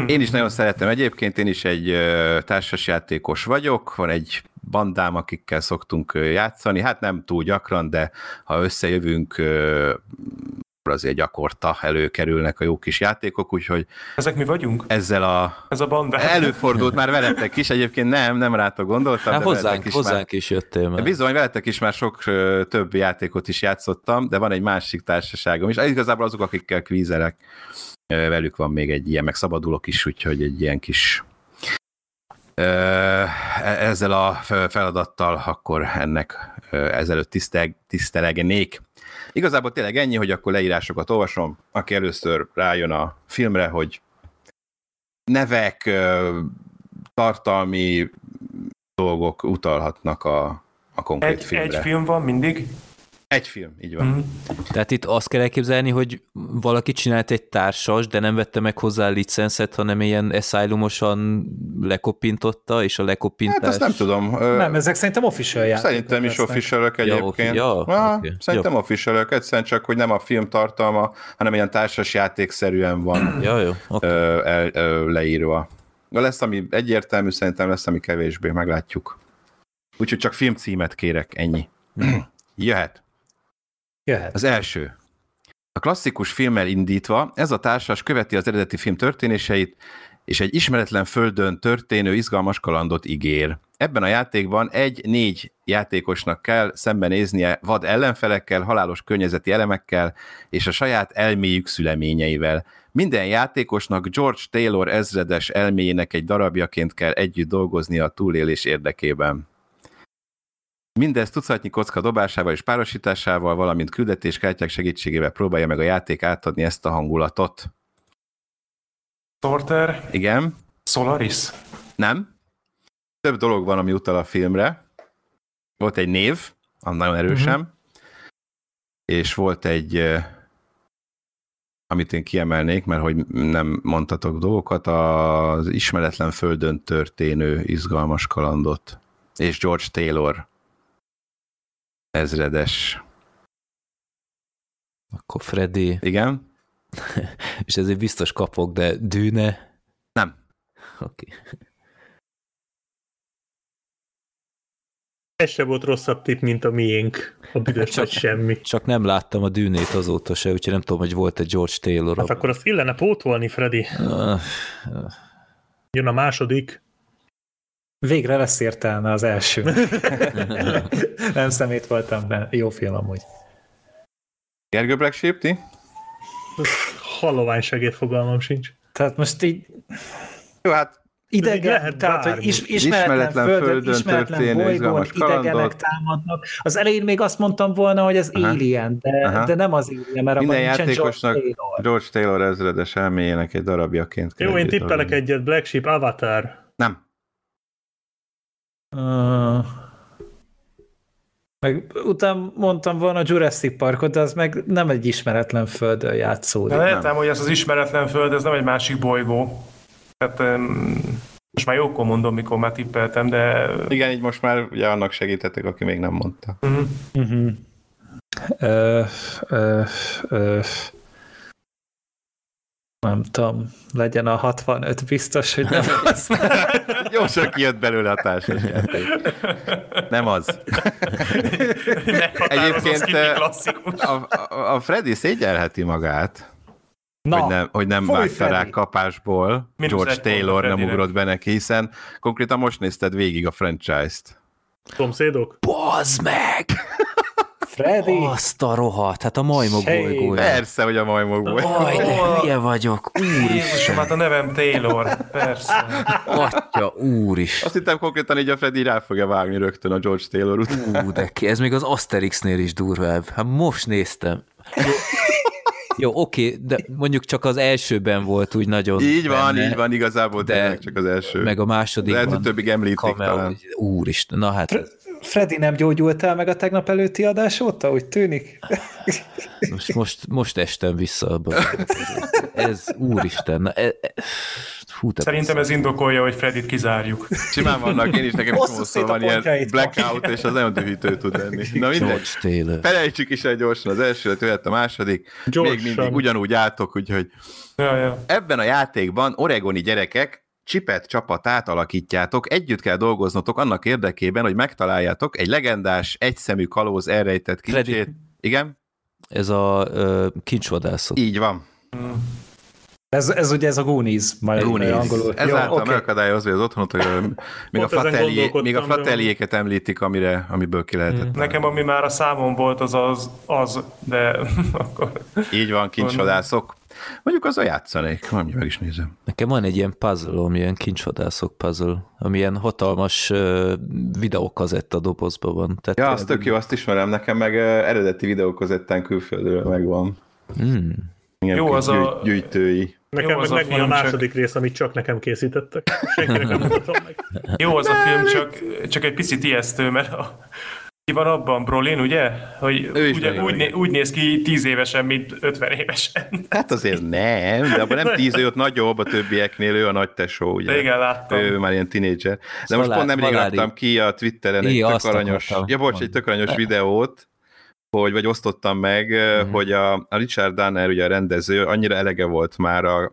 Én is nagyon szeretem egyébként, én is egy ö, társasjátékos vagyok, van egy bandám, akikkel szoktunk ö, játszani, hát nem túl gyakran, de ha összejövünk, ö, akkor azért gyakorta előkerülnek a jó kis játékok, úgyhogy
Ezek mi vagyunk?
ezzel a
Ez a banda.
előfordult már veletek is, egyébként nem, nem rátok gondoltam,
Hát
de veletek
hozzánk,
is már
hozzánk is jöttél már.
Bizony, veletek is már sok ö, több játékot is játszottam, de van egy másik társaságom is. Igazából azok, akikkel kvízelek, ö, velük van még egy ilyen, meg szabadulok is, úgyhogy egy ilyen kis ö, e- ezzel a fe- feladattal akkor ennek ö, ezelőtt tisztel, tisztelegenék. Igazából tényleg ennyi, hogy akkor leírásokat olvasom, aki először rájön a filmre, hogy nevek, ö, tartalmi dolgok utalhatnak a, a konkrét
Egy,
filmre.
egy film van mindig.
Egy film, így van.
Mm.
Tehát itt azt kell elképzelni, hogy valaki csinált egy társas, de nem vette meg hozzá a licenszet, hanem ilyen asylum-osan lekopintotta, és a lekopintás...
Hát azt nem tudom. ö,
Nem, ezek szerintem official játékok.
Szerintem is
lesznek.
officialök
Ja,
egyébként.
offi- ja,
Á,
oké.
Szerintem
Jó.
officialök, egyszerűen csak, hogy nem a film tartalma, hanem ilyen társas játékszerűen van
Ja, jó. Okay.
ö, el, ö, leírva. De lesz, ami egyértelmű, szerintem lesz, ami kevésbé, meglátjuk. Úgyhogy csak filmcímet kérek, ennyi. Jöhet.
Jöhet.
Az első. A klasszikus filmmel indítva, ez a társas követi az eredeti film történéseit, és egy ismeretlen földön történő izgalmas kalandot ígér. Ebben a játékban egy-négy játékosnak kell szembenéznie vad ellenfelekkel, halálos környezeti elemekkel és a saját elméjük szüleményeivel. Minden játékosnak George Taylor ezredes elméjének egy darabjaként kell együtt dolgoznia a túlélés érdekében. Mindez tucatnyi kocka dobásával és párosításával, valamint küldetéskártyák segítségével próbálja meg a játék átadni ezt a hangulatot.
Sorter,
Igen,
Solaris.
nem. Több dolog van, ami utal a filmre. Volt egy név, am nagyon erősen, uh-huh. és volt egy, eh, amit én kiemelnék, mert hogy nem mondtatok dolgokat, az ismeretlen földön történő izgalmas kalandot. És George Taylor ezredes.
Akkor Freddy,
Igen?
és ezért biztos kapok, de dűne?
Nem.
Oké. Okay.
Ez se volt rosszabb tipp, mint a miénk. A büdös
Hát Csak-
vagy semmi.
Csak nem láttam a dűnét azóta se, úgyhogy nem tudom, hogy volt-e George Taylor.
Hát akkor azt illene pótolni, Freddy.
Ah,
Jön a második.
Végre lesz értelme az első. Nem szemét voltam, de jó film amúgy.
Gergő Black Sheep, ti?
Hallovány segéd fogalmam sincs.
Tehát most így
Jó, hát
Pedig
idegen,
lehet
lehet tehát, hogy
bármi.
is, ismeretlen,
Ismeretlen
ismeretlen földön,
földön
földön ismeretlen
történő
bolygón
izgalmas kalandok.
idegenek támadnak. Az elején még azt mondtam volna, hogy ez
Aha.
Alien, de,
Aha.
de nem az Alien, mert
Minden
abban nincsen
játékosnak-
George Taylor.
George Taylor ezredes elméjének egy darabjaként kell
Jó, én
együtt
tippelek
dolgozni.
egyet, Black Sheep, Avatar.
Nem.
Uh, meg utána mondtam volna Jurassic Parkot, de az meg nem egy ismeretlen földön
De
játszódik.
lehetem, hogy ez az ismeretlen föld, ez nem egy másik bolygó. Tehát em, most már jókor mondom, mikor már tippeltem, de
Igen, így most már ugye annak segíthetek, aki még nem mondta.
mhm.
Uh-huh. Ö, ö, ö, nem tudom, legyen a 65 biztos, hogy nem az.
Gyorsan kijött belőle a társas játék. Nem az.
meghatározó
Egyébként,
skifi
eh,
klasszikus.
A, a, a Freddy szégyelheti magát,
Na,
hogy nem, hogy nem
fúj,
vágta rá
Freddy.
kapásból.
Mínusz
George
egy pont a
Taylor nem
Freddynek.
ugrott be neki, hiszen konkrétan most nézted végig a franchise-t.
Szomszédok?
Bazd meg!
Freddy!
Azt a rohadt, hát a majmok
Sej.
bolygója.
Persze, hogy a majmokból.
Aj, de hülye vagyok.
Jézusom,
Úristen,
hát a nevem Taylor, persze.
atya, úristen.
Azt hittem konkrétan így a Freddy rá fogja vágni rögtön a George Taylor után.
Ú, de ki, ez még az Asterixnél is durvább. Hát most néztem. Jó, Jó, oké, de mondjuk csak az elsőben volt úgy nagyon
Így van,
benne,
így van, igazából
de-
tényleg csak az első.
Meg a másodikban.
Lehet, hogy többig említik
cameo.
talán.
Úristen, na hát ez-
Freddy nem gyógyult el meg a tegnap előtti adás óta, úgy tűnik?
most, most, most estem vissza abba. Ez, úristen, na, e, e, hú, te
Szerintem ez indokolja, hogy Fredit kizárjuk.
Simán vannak, én is nekem
Hosszú
csomószor
szét a
van ilyen
pontjait.
blackout, és az nagyon dühítő tud lenni. Na
George
mindegy.
Taylor.
Felejtsük is el gyorsan az első, jöhet a második.
Gyorsan.
Még mindig ugyanúgy álltok, úgyhogy
Ja, ja.
ebben a játékban oregoni gyerekek csipet csapatát alakítjátok, együtt kell dolgoznotok annak érdekében, hogy megtaláljátok egy legendás, egyszemű kalóz elrejtett kincsét.
Freddy.
Igen,
Ez a ö, kincsvadászok.
így van.
Ez, ez ugye ez a Goonies, majd
Goonies.
angolul.
Ezáltal
Jó, oké.
megakadályozza az otthonot, hogy ö, még a,
Pont ezen
fratelli, még a
gondolkodtam, de-
fratelliéket említik, amire, amiből ki lehetett.
Nekem ami már a számon volt, az az, az de akkor...
Így van, kincsvadászok. Mondjuk azzal játszanék, majd meg is nézem.
Nekem van egy ilyen puzzle, ilyen kincsvadászok puzzle, ami ilyen hatalmas ö, videókazetta dobozban van. Tehát
Ja, az tök jó, azt ismerem, nekem meg ö, eredeti videókozettán külföldről megvan.
Mm.
Igen,
Jó, az a-
gyűj- gyűjtői.
Nekem
Jó,
meg
az a
megvan a,
film, csak-
második rész, amit csak nekem készítettek. Senkinek nem mutatom meg.
Jó az a film, csak, csak egy picit ijesztő, mert a, ki van abban, Brolin, ugye? Hogy
Ő is
ugye,
nagyon
úgy, né,
igen.
úgy, néz ki tíz évesen, mint 50 évesen.
Hát azért nem, de abban nem tíz, ő ott nagyobb a többieknél, ő a nagy tesó, ugye?
De igen, láttam.
Ő már ilyen tinédzser. De
Szalá-
most pont nemrég
Szaládi.
raktam ki a Twitteren egy
Így,
tök
Szóval azt
aranyos,
akartam
ja bocs, egy
mondani.
tök aranyos videót, hogy, vagy osztottam meg,
Mhm.
mm. hogy a, a Richard Danner, ugye a rendező, annyira elege volt már a, a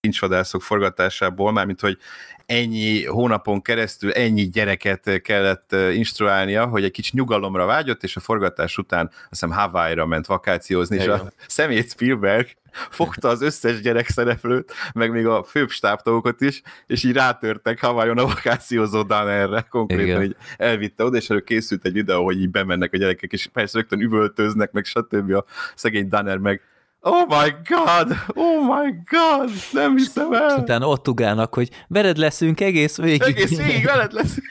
kincsvadászok forgatásából, mármint, hogy ennyi hónapon keresztül ennyi gyereket kellett instruálnia, hogy egy kicsit nyugalomra vágyott, és a forgatás után azt hiszem Hawaii-ra ment vakációzni, Igen. és a szemét Spielberg fogta az összes gyerek szereplőt, meg még a főbb stábtagokat is, és így rátörtek Havajon a vakációzó erre konkrétan, Igen. hogy elvitte oda, és erről készült egy videó, hogy így bemennek a gyerekek, és persze rögtön üvöltöznek, meg stb. a szegény Danner meg Oh my god! Oh my god! Nem hiszem el!
Utána ott ugrálnak, hogy veled leszünk egész végig.
Egész végig veled leszünk.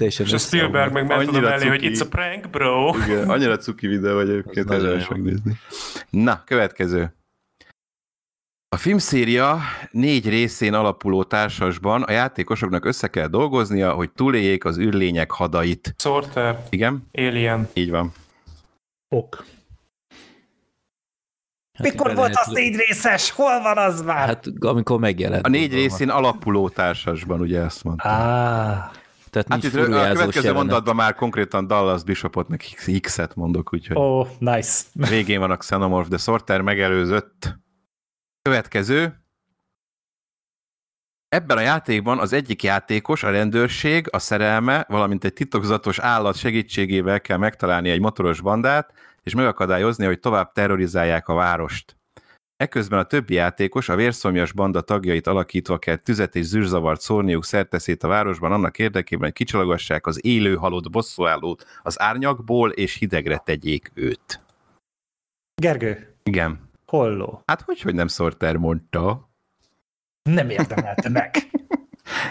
és a Spielberg meg ment oda mellé, hogy it's a prank, bro.
Igen, annyira cuki videó, hogy egyébként érdemes megnézni. Na, következő. A filmszéria négy részén alapuló társasban a játékosoknak össze kell dolgoznia, hogy túléljék az űrlények hadait.
Sorter,
Igen?
Alien.
Így van.
Ok.
Hát
Mikor
be
volt
lehet-
az négy részes? Hol van az már?
Hát amikor megjelent.
A négy
gondolom.
részén alapuló társasban, ugye ezt mondtam.
Hát- Á,
Tehát
Hát
nincs
itt a következő
mondat.
mondatban már konkrétan Dallas Bishopot, meg X-et mondok, úgyhogy oh.
ó, nice.
végén van a Xenomorph, de Sorter megelőzött. Következő. Ebben a játékban az egyik játékos, a rendőrség, a szerelme, valamint egy titokzatos állat segítségével kell megtalálni egy motoros bandát, és megakadályozni, hogy tovább terrorizálják a várost. Eközben a többi játékos a vérszomjas banda tagjait alakítva kell tüzet és zűrzavart szórniuk szerteszét a városban annak érdekében, hogy kicsalogassák az élő halott bosszúállót az árnyakból, és hidegre tegyék őt.
Gergő,
Igen.
holló.
Hát hogy, hogy nem Sorter mondta?
Nem érdemelte meg.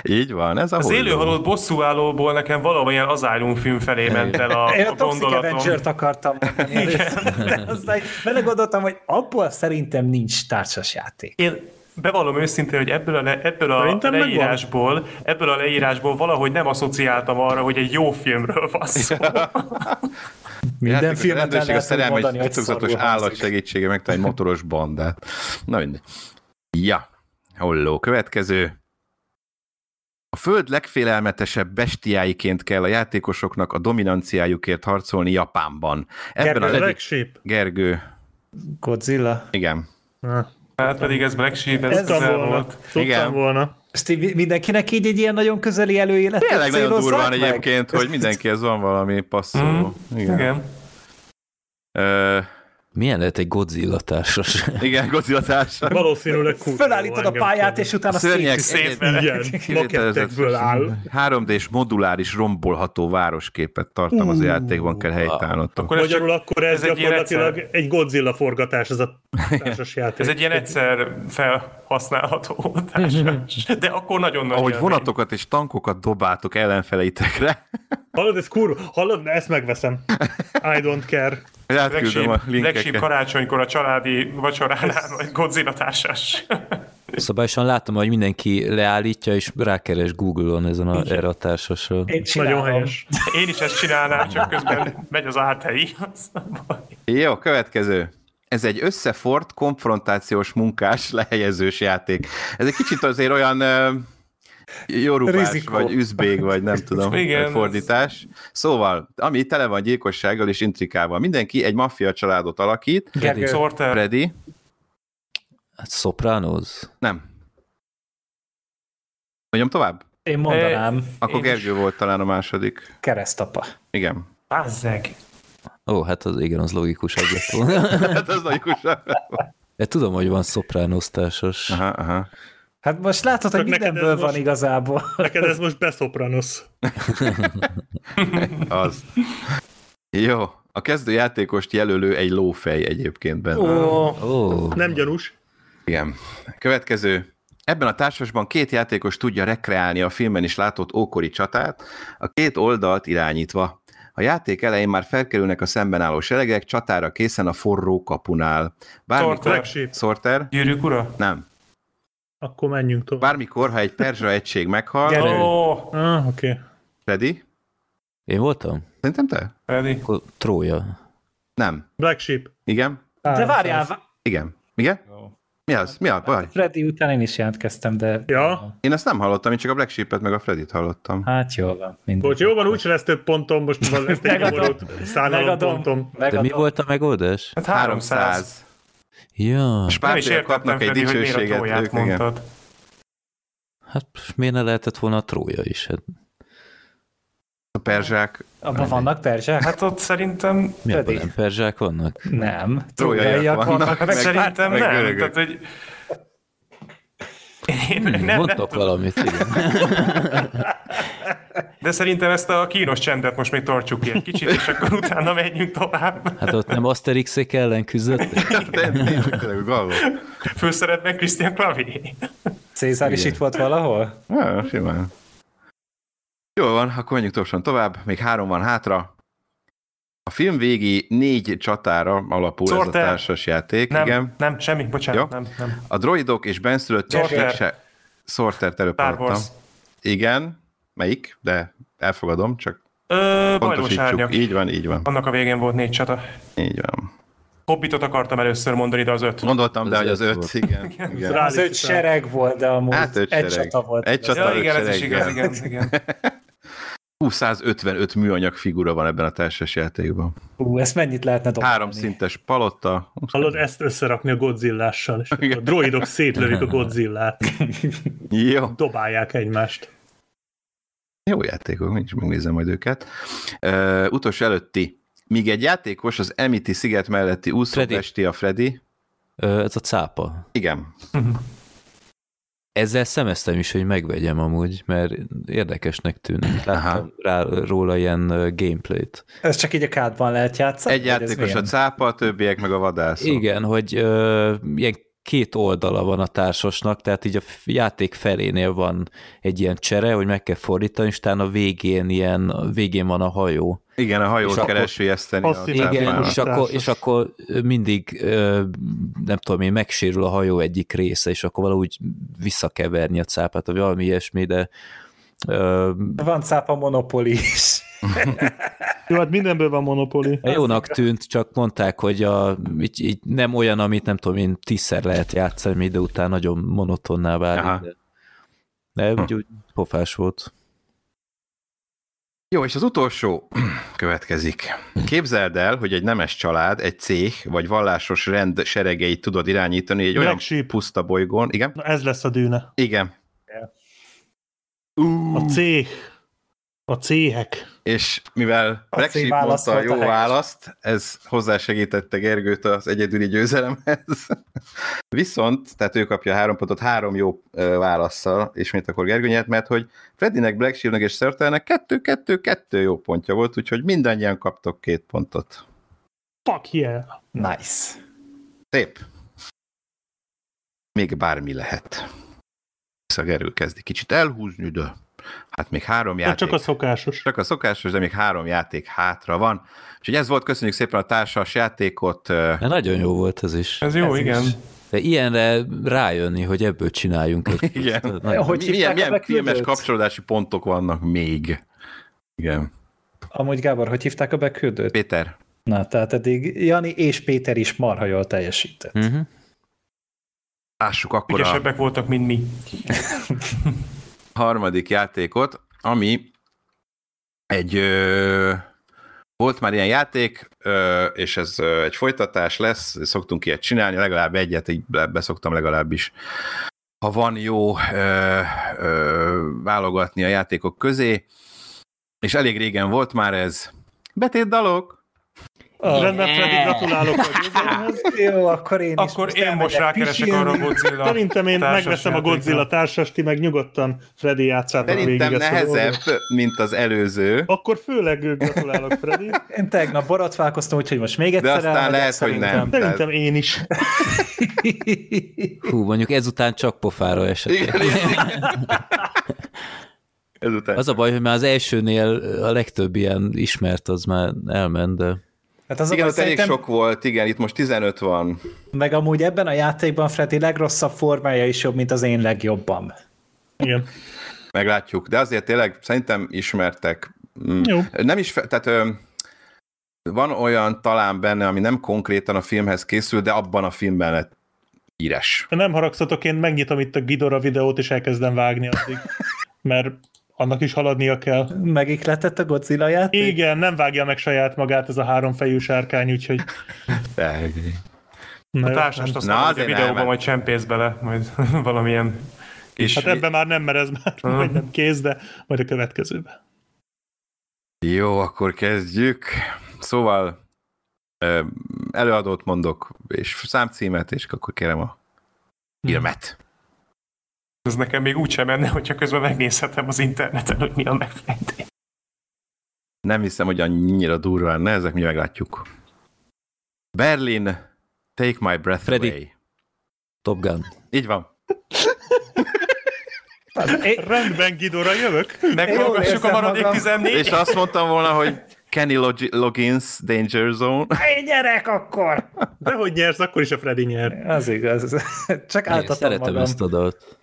Így van, ez a
Az
holló.
élő halott bosszúállóból nekem valamilyen Asylum film felé ment el a,
Én
a
a Toxic
gondolatom.
Avenger-t akartam mondani. először, de aztán belegondoltam, hogy abból szerintem nincs társasjáték.
Én bevallom őszintén, hogy ebből a, le, ebből a
Szerintem megvan.
leírásból, ebből a leírásból valahogy nem asszociáltam arra, hogy egy jó filmről van szó.
Minden
filmet
a
el
rendőrség a
lehet
szerelme
mondani,
egy
hogy
titokzatos
szarul hangzik.
állat segítsége megtalál egy motoros bandát. Na mindegy. Ja, holló, következő. A föld legfélelmetesebb bestiáiként kell a játékosoknak a dominanciájukért harcolni Japánban. Ebben
Gergő,
a
A
legik...
Black Sheep.
Gergő,
Godzilla.
igen.
Hát pedig ez Black Sheep, ez,
Ez
ez
Tudtam
közel
volna.
volt.
Tudtam
Igen.
volna.
Ezt így mi- mindenkinek így egy ilyen nagyon közeli előéletet
Tényleg nagyon
célozzák
durván
meg? Mhm.
egyébként, hogy mindenkihez van valami passzoló. Mm. Igen. igen.
Hm? Igen.
Ö,
Milyen lehet egy Godzilla társas?
igen, Godzilla társa.
Valószínűleg kurva
Fölállítod
jó
a
engem
pályát,
kérdez.
és utána
szörnyek
szét-
egyedül-
Igen, makettekből áll.
3D-s moduláris rombolható városképet tartalmazó uh, játékban kell helytállnotok.
Akkor ez, csak,
Magyarul akkor ez,
ez egy ilyen
gyakorlatilag egy, Godzilla forgatás, ez a társas játék.
ez egy ilyen egyszer felhasználható társas. De akkor nagyon nagy
Ahogy
élmény.
vonatokat és tankokat dobáltok ellenfeleitekre,
Hallod, ez kurva. Hallod, ezt megveszem. I don't care.
Black
átküldöm a
Sheep, Black Sheep
linkeket.
karácsonykor a családi vacsoránál vagy Godzilla társas.
Szabályosan látom, hogy mindenki leállítja és rákeres Google-on ezen a, erre a társasra.
Én csinálom.
Nagyon helyes.
Én is ezt csinálnám, csak közben megy az áthelyi. Az a baj.
Jó, következő. Ez egy összefort, konfrontációs munkás, lehelyezős játék. Ez egy kicsit azért olyan ö, jorubás,
Rizikó.
vagy üzbég, vagy nem tudom,
Igen,
Igen, fordítás. Szóval, ami tele van gyilkossággal és intrikával. Mindenki egy maffia családot alakít.
Gergő,
Sorter,
Freddy,
Hát Sopranos?
nem. Mondjam tovább?
én mondanám,
Akkor
Én is.
Gergő volt talán a második.
keresztapa.
Igen.
Bázzeg.
Ó, hát az igen, az logikus lett volna.
Hát az logikusabb.
De tudom, hogy van Sopranos társas.
Aha, aha.
Hát most látod, hogy
Csak neked ez
mindenből van
most-
igazából.
Neked ez most beszopranosz.
Az. Jó. A kezdőjátékost jelölő egy lófej egyébként benne.
Ó,
Ó,
nem gyanús.
Igen. Következő. Ebben a társasban két játékos tudja rekreálni a filmben is látott ókori csatát, a két oldalt irányítva. A játék elején már felkerülnek a szemben álló seregek, csatára készen a forró kapunál.
Sorter.
Bármikor...
Black Sheep.
Sorter?
Gyűrűk ura?
Nem.
Akkor menjünk tovább.
Bármikor, ha egy perzsa egység meghal...
Gyere. Elő.
Ó,
Ah, oké. Okay.
Freddy?
én voltam?
Szerintem te?
Freddy.
Akkor Trója.
Nem.
Black Sheep.
Igen?
De várjál, vá-
Igen. Igen? Mi az? Mi a baj?
Freddy után én is jelentkeztem, de...
Ja.
Én ezt nem hallottam, én csak a Black Sheep-et meg a Fredit hallottam.
Hát jól van. Mindig.
Bocs, jó van, úgyse lesz több pontom, most van lesz egy
Megadom.
nyomorult
Megadom.
szállalompontom.
De
Megadom.
mi volt a megoldás?
Hát 300.
300.
Ja,
A
Nem is
spártiak
értettem,
kapnak egy
Freddy, hogy miért a
dicsőséget.
tróját
Ők, igen.
mondtad.
Hát miért ne lehetett volna a trója is? Hát,
A perzsák.
Abban vannak perzsák? Hát
Hát ott szerintem,
mi abban
Pedig.
nem perzsák vannak?
nem.
Trójaiak
Trójaiak
vannak.
vannak.
hát
Meg-
szerintem
meg
nem.
görögök.
Tehát, hogy... Én
Nem,
nem, nem,
Mondtok valamit, igen.
de szerintem ezt a kínos csendet most még tartsuk ki egy kicsit, és akkor utána menjünk tovább.
Hát ott nem Asterixék ellen küzdöttek?
Tényleg, galló.
Főszerepben Christian Clavier.
Cézár is
Igen.
itt volt valahol?
Ja, simán. Jól van, akkor menjünk gyorsan tovább, még három van hátra. A film végi négy csatára alapul ez a
Sorter.
társasjáték,
Nem,
igen.
nem, semmi, bocsánat,
Jó.
nem, nem.
A droidok és benszülött
Sorter.
testek se... Sortert előbb
Star
hallottam.
Wars.
Igen, melyik, de elfogadom, csak
Ö, bajlós
pontosítsuk.
árnyak.
Így van, így van,
Annak a végén volt négy csata.
így van.
Hobbitot akartam először mondani, de az öt.
Gondoltam, de
Az
hogy az
öt
öt,
volt.
igen. igen.
rá-
Az öt sereg volt, de amúgy
Hát öt
egy
sereg.
csata volt.
Egy csata,
Ja,
öt
igen, ez is
sereggel.
igaz, igen, igen.
255 műanyag figura van ebben a társasjátékban.
Ú, ezt mennyit lehetne dobni?
Három szintes palotta.
Hallod, e- ezt összerakni a Godzillással, és akkor a droidok szétlövik a Godzillát,
Jó.
dobálják egymást.
Jó játékok, nincs, megnézem majd őket. Uh, utolsó előtti. Míg egy játékos az Emiti sziget melletti
Freddy.
úszópesti a Freddy.
Ö, Ez a cápa.
Igen.
Ezzel szemeztem is, hogy megvegyem amúgy, mert érdekesnek tűnik.
Aha.
Láttam rá, róla ilyen ö, gameplayt.
Ez csak így a kádban lehet játszani?
Egy
vagy ez
játékos a
milyen?
cápa, a többiek meg a vadászok.
Igen, hogy ö, ilyen két oldala van a társasnak, tehát így a f- játék felénél van egy ilyen csere, hogy meg kell fordítani, és utána a végén, ilyen, a végén van a hajó.
Igen, a
És
hajót
akkor-
kell esőjeszteni. a
Passzív
cápának.
Igen,
van.
és akkor, és akkor mindig, ö, nem tudom én, megsérül a hajó egyik része, és akkor valahogy visszakeverni a cápát, vagy valami ilyesmi, de ö,
Van cápa monopoli is.
Jó, hát mindenből van monopoli.
jónak tűnt, csak mondták, hogy a, így, így nem olyan, amit nem tudom én, tízszer lehet játszani, de után nagyon monotonná
Aha. Hm.
válik. De, de úgy, úgy pofás volt.
Jó, és az utolsó következik. Képzeld el, hogy egy nemes család, egy cég vagy vallásos rend seregeit tudod irányítani egy
Black
olyan
Sheep.
puszta bolygón. Igen?
Na ez lesz a dűne.
Igen.
A
Hmm.
céh. A céhek.
És mivel
A
Black
cég
Sheep
válasz
mondta a
volt a
jó
helyes.
választ, ez hozzásegítette Gergőt az egyedüli győzelemhez. Viszont, tehát ő kapja a három pontot három jó ö, válasszal, és mint akkor Gergő nyert, mert hogy Freddynek, Black Sheepnek és Sörtelnek kettő-kettő-kettő jó pontja volt, úgyhogy mindannyian kaptok két pontot.
Fuck yeah.
Nice.
Szép. Még bármi lehet. Visszagerül kezdi kicsit elhúzni, de hát még három
Hát
játék.
csak a szokásos.
Csak a szokásos, de még három játék hátra van. Úgyhogy ez volt, köszönjük szépen a társas játékot. Ö,
De nagyon jó volt ez is.
Ez jó,
Ez
ez
is.
igen.
De ilyenre rájönni, hogy ebből csináljunk egy
Igen.
kicsit, nagyon-
Hogy hívták
milyen
a
milyen
beküldőt?
filmes kapcsolódási pontok vannak még? Igen.
Amúgy Gábor, hogy hívták a beküldőt?
Péter,
Na, tehát eddig Jani és Péter is marha jól
Hm.
teljesített.
Mhm.
lássuk akkor a
Ügyesebbek voltak, mint mi.
harmadik játékot, ami egy ö, volt már ilyen játék, ö, és ez ö, egy folytatás lesz, szoktunk ilyet csinálni, legalább egyet, így be- beszoktam legalábbis. Ha van jó ö, ö, válogatni a játékok közé, és elég régen volt már ez. Betét dalok!
Rendben, Freddy, gratulálok a győzelemhez.
Jó, akkor én is
Akkor én most
elmegyek
rákeresek
pisilni.
arra a Godzilla
Szerintem én
társas
megveszem a
játékra.
Godzilla társas, ti meg nyugodtan Freddy játszátok végig
Szerintem
ezt a
nehezebb,
dolgot.
mint az előző,
Akkor főleg gratulálok, Freddy.
Én tegnap borotválkoztam, úgyhogy most még
de
egyszer
aztán
elmegyek,
lehet, hogy nem.
Szerintem én is.
szerintem.
Hú, mondjuk ezután csak pofára esett.
Igen, igen. Ezután.
Az a baj, hogy már az elsőnél a legtöbb ilyen ismert, az már elment, de
Hát az
Igen,
a
ott
baj,
elég
szerintem,
sok volt, igen, itt most 15 van.
meg amúgy ebben a játékban Freddy legrosszabb formája is jobb, mint az én legjobbam.
Igen.
meglátjuk, de azért tényleg szerintem ismertek. Mm.
Jó.
Nem is, fe- tehát ö, van olyan talán benne, ami nem konkrétan a filmhez készül, de abban a filmben lett íres.
Ha nem haragszatok, én megnyitom itt a Gidora videót, és elkezdem vágni addig, mert annak is haladnia kell.
Megikletett a Godzilla játék?
Igen, nem vágja meg saját magát ez a háromfejű sárkány, úgyhogy...
De-
A
Na, jó.
társast azt
Na,
mondom, hogy a
azért
videóban
elment.
majd csempész bele, majd valamilyen
És
Hát ebben már nem, mert ez már
Aha.
majdnem kész, de majd a következőben.
Jó, akkor kezdjük. Szóval ö, előadót mondok, és számcímet, és akkor kérem a filmet.
Ez nekem még úgy sem menne, hogyha közben megnézhetem az interneten, hogy mi a megfejtés.
Nem hiszem, hogy annyira durva lenne, ezek mi meglátjuk. Berlin, Take My Breath
Freddy.
Away.
Top Gun.
Így van.
Rendben, Gidóra jövök.
Meghallgassuk a
érzem
maradék
magam.
14
És azt mondtam volna, hogy Kenny Log- Loggins, Danger Zone.
Én gyerek akkor!
De hogy nyersz, akkor is a Freddy nyer.
Az igaz. Csak
Én
áltatom
szeretem
magam.
ezt a dalt.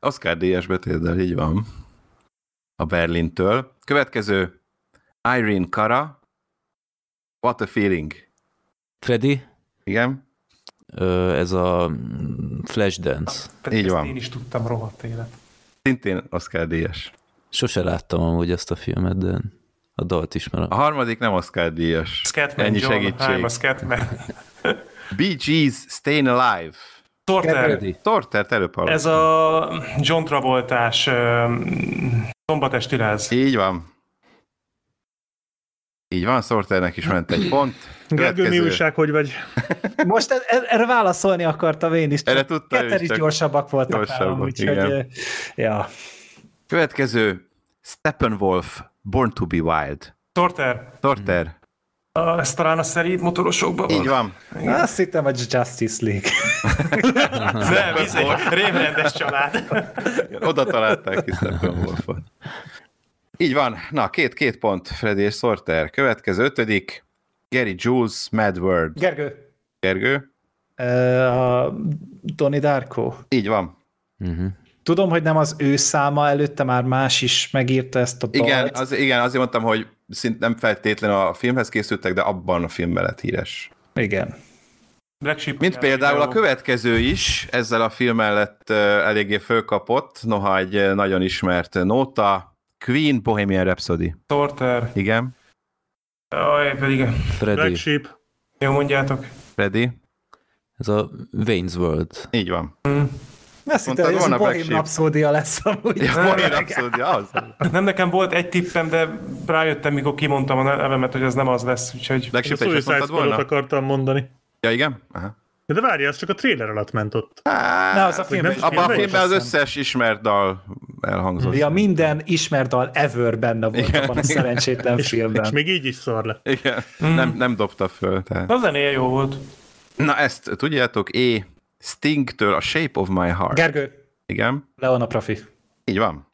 Oscar Díjas betétdel, így van. A Berlintől. Következő, Irene Cara. What a feeling.
Freddy,
Igen?
ö, ez a mm, Flashdance.
Pedig
Így
ezt
van.
Én is tudtam rohadt élet.
Szintén Oscar Díjas.
Sose láttam amúgy ezt a filmet, de a dalt ismerem.
A harmadik nem Oscar Díjas.
Scatman
Ennyi
John, I'm
segítség.
a Scatman.
Bee Gees, Stayin' Alive.
Sorter,
Freddy.
Tortert előpalott.
ez a John Travoltás öm, szombatesti láz.
Így van. Így van, Sorternek is ment egy pont.
Gergő, mi
Következő.
újság, hogy vagy?
Most e- e- erre válaszolni akartam én is. csak
Erre tudta ő
Ketten
is,
is
csak
gyorsabbak voltak
gyorsabbak,
nálam, úgyhogy...
igen.
ö, Ja.
Következő, Steppenwolf, Born to be Wild.
Sorter,
Torter.
a, ez talán a szerint motorosokban van?
Mhm. Így van.
Azt hittem, hogy Justice League.
Nem, ez egy rémrendes család.
Oda találták ki Steppenwolfot. Így van. Na, két-két pont, Freddy és Sorter. Következő, ötödik, Gary Jules, Mad World.
Gergő.
Gergő.
Ö, E, A Donnie Darko.
Így van.
Uh-huh.
Tudom, hogy nem az ő száma, előtte már más is megírta ezt a dalt.
Igen, az, igen, azért mondtam, hogy szint nem feltétlenül a filmhez készültek, de abban a filmben lett híres.
Igen.
Black Sheep.
Mint például a következő is, ezzel a filmmel lett ö, eléggé fölkapott, noha egy ö, nagyon ismert nóta, Queen Bohemian Rhapsody.
Sorter.
Igen,
Aj, pedig
Freddy.
Black Sheep.
jó mondjátok.
Freddy?
Ez a Wayne's World.
Így van.
Azt
Mondtad
hittem, hogy ez
volna
a
Black
Bohém
Sheep.
napszódia lesz amúgy.
Ja, Bohemian Rhapsody, az.
Nem nekem volt egy tippem, de rájöttem, mikor kimondtam a nevemet, hogy ez nem az lesz, úgyhogy...
Black
Én a
Sheep, te is azt
Suicide
mondtad
Squadot
volna?
akartam mondani.
Ja, igen? Aha.
Ja, De várj, ez csak a trailer alatt ment ott.
Na, az a
nem
filmben is
is
Abban a
benne volt,
filmben az
azt hiszem.
összes ismert dal elhangzott.
Ja, minden ismert dal ever benne volt
Igen.
Igen. abban a szerencsétlen
És, és
filmben.
még így is szar lett.
Igen, nem, nem dobta föl. Tehát.
A zenéje jó volt.
Na ezt tudjátok, é Sting-től a Shape of My Heart.
Gergő,
Igen,
Leona Profi.
így van.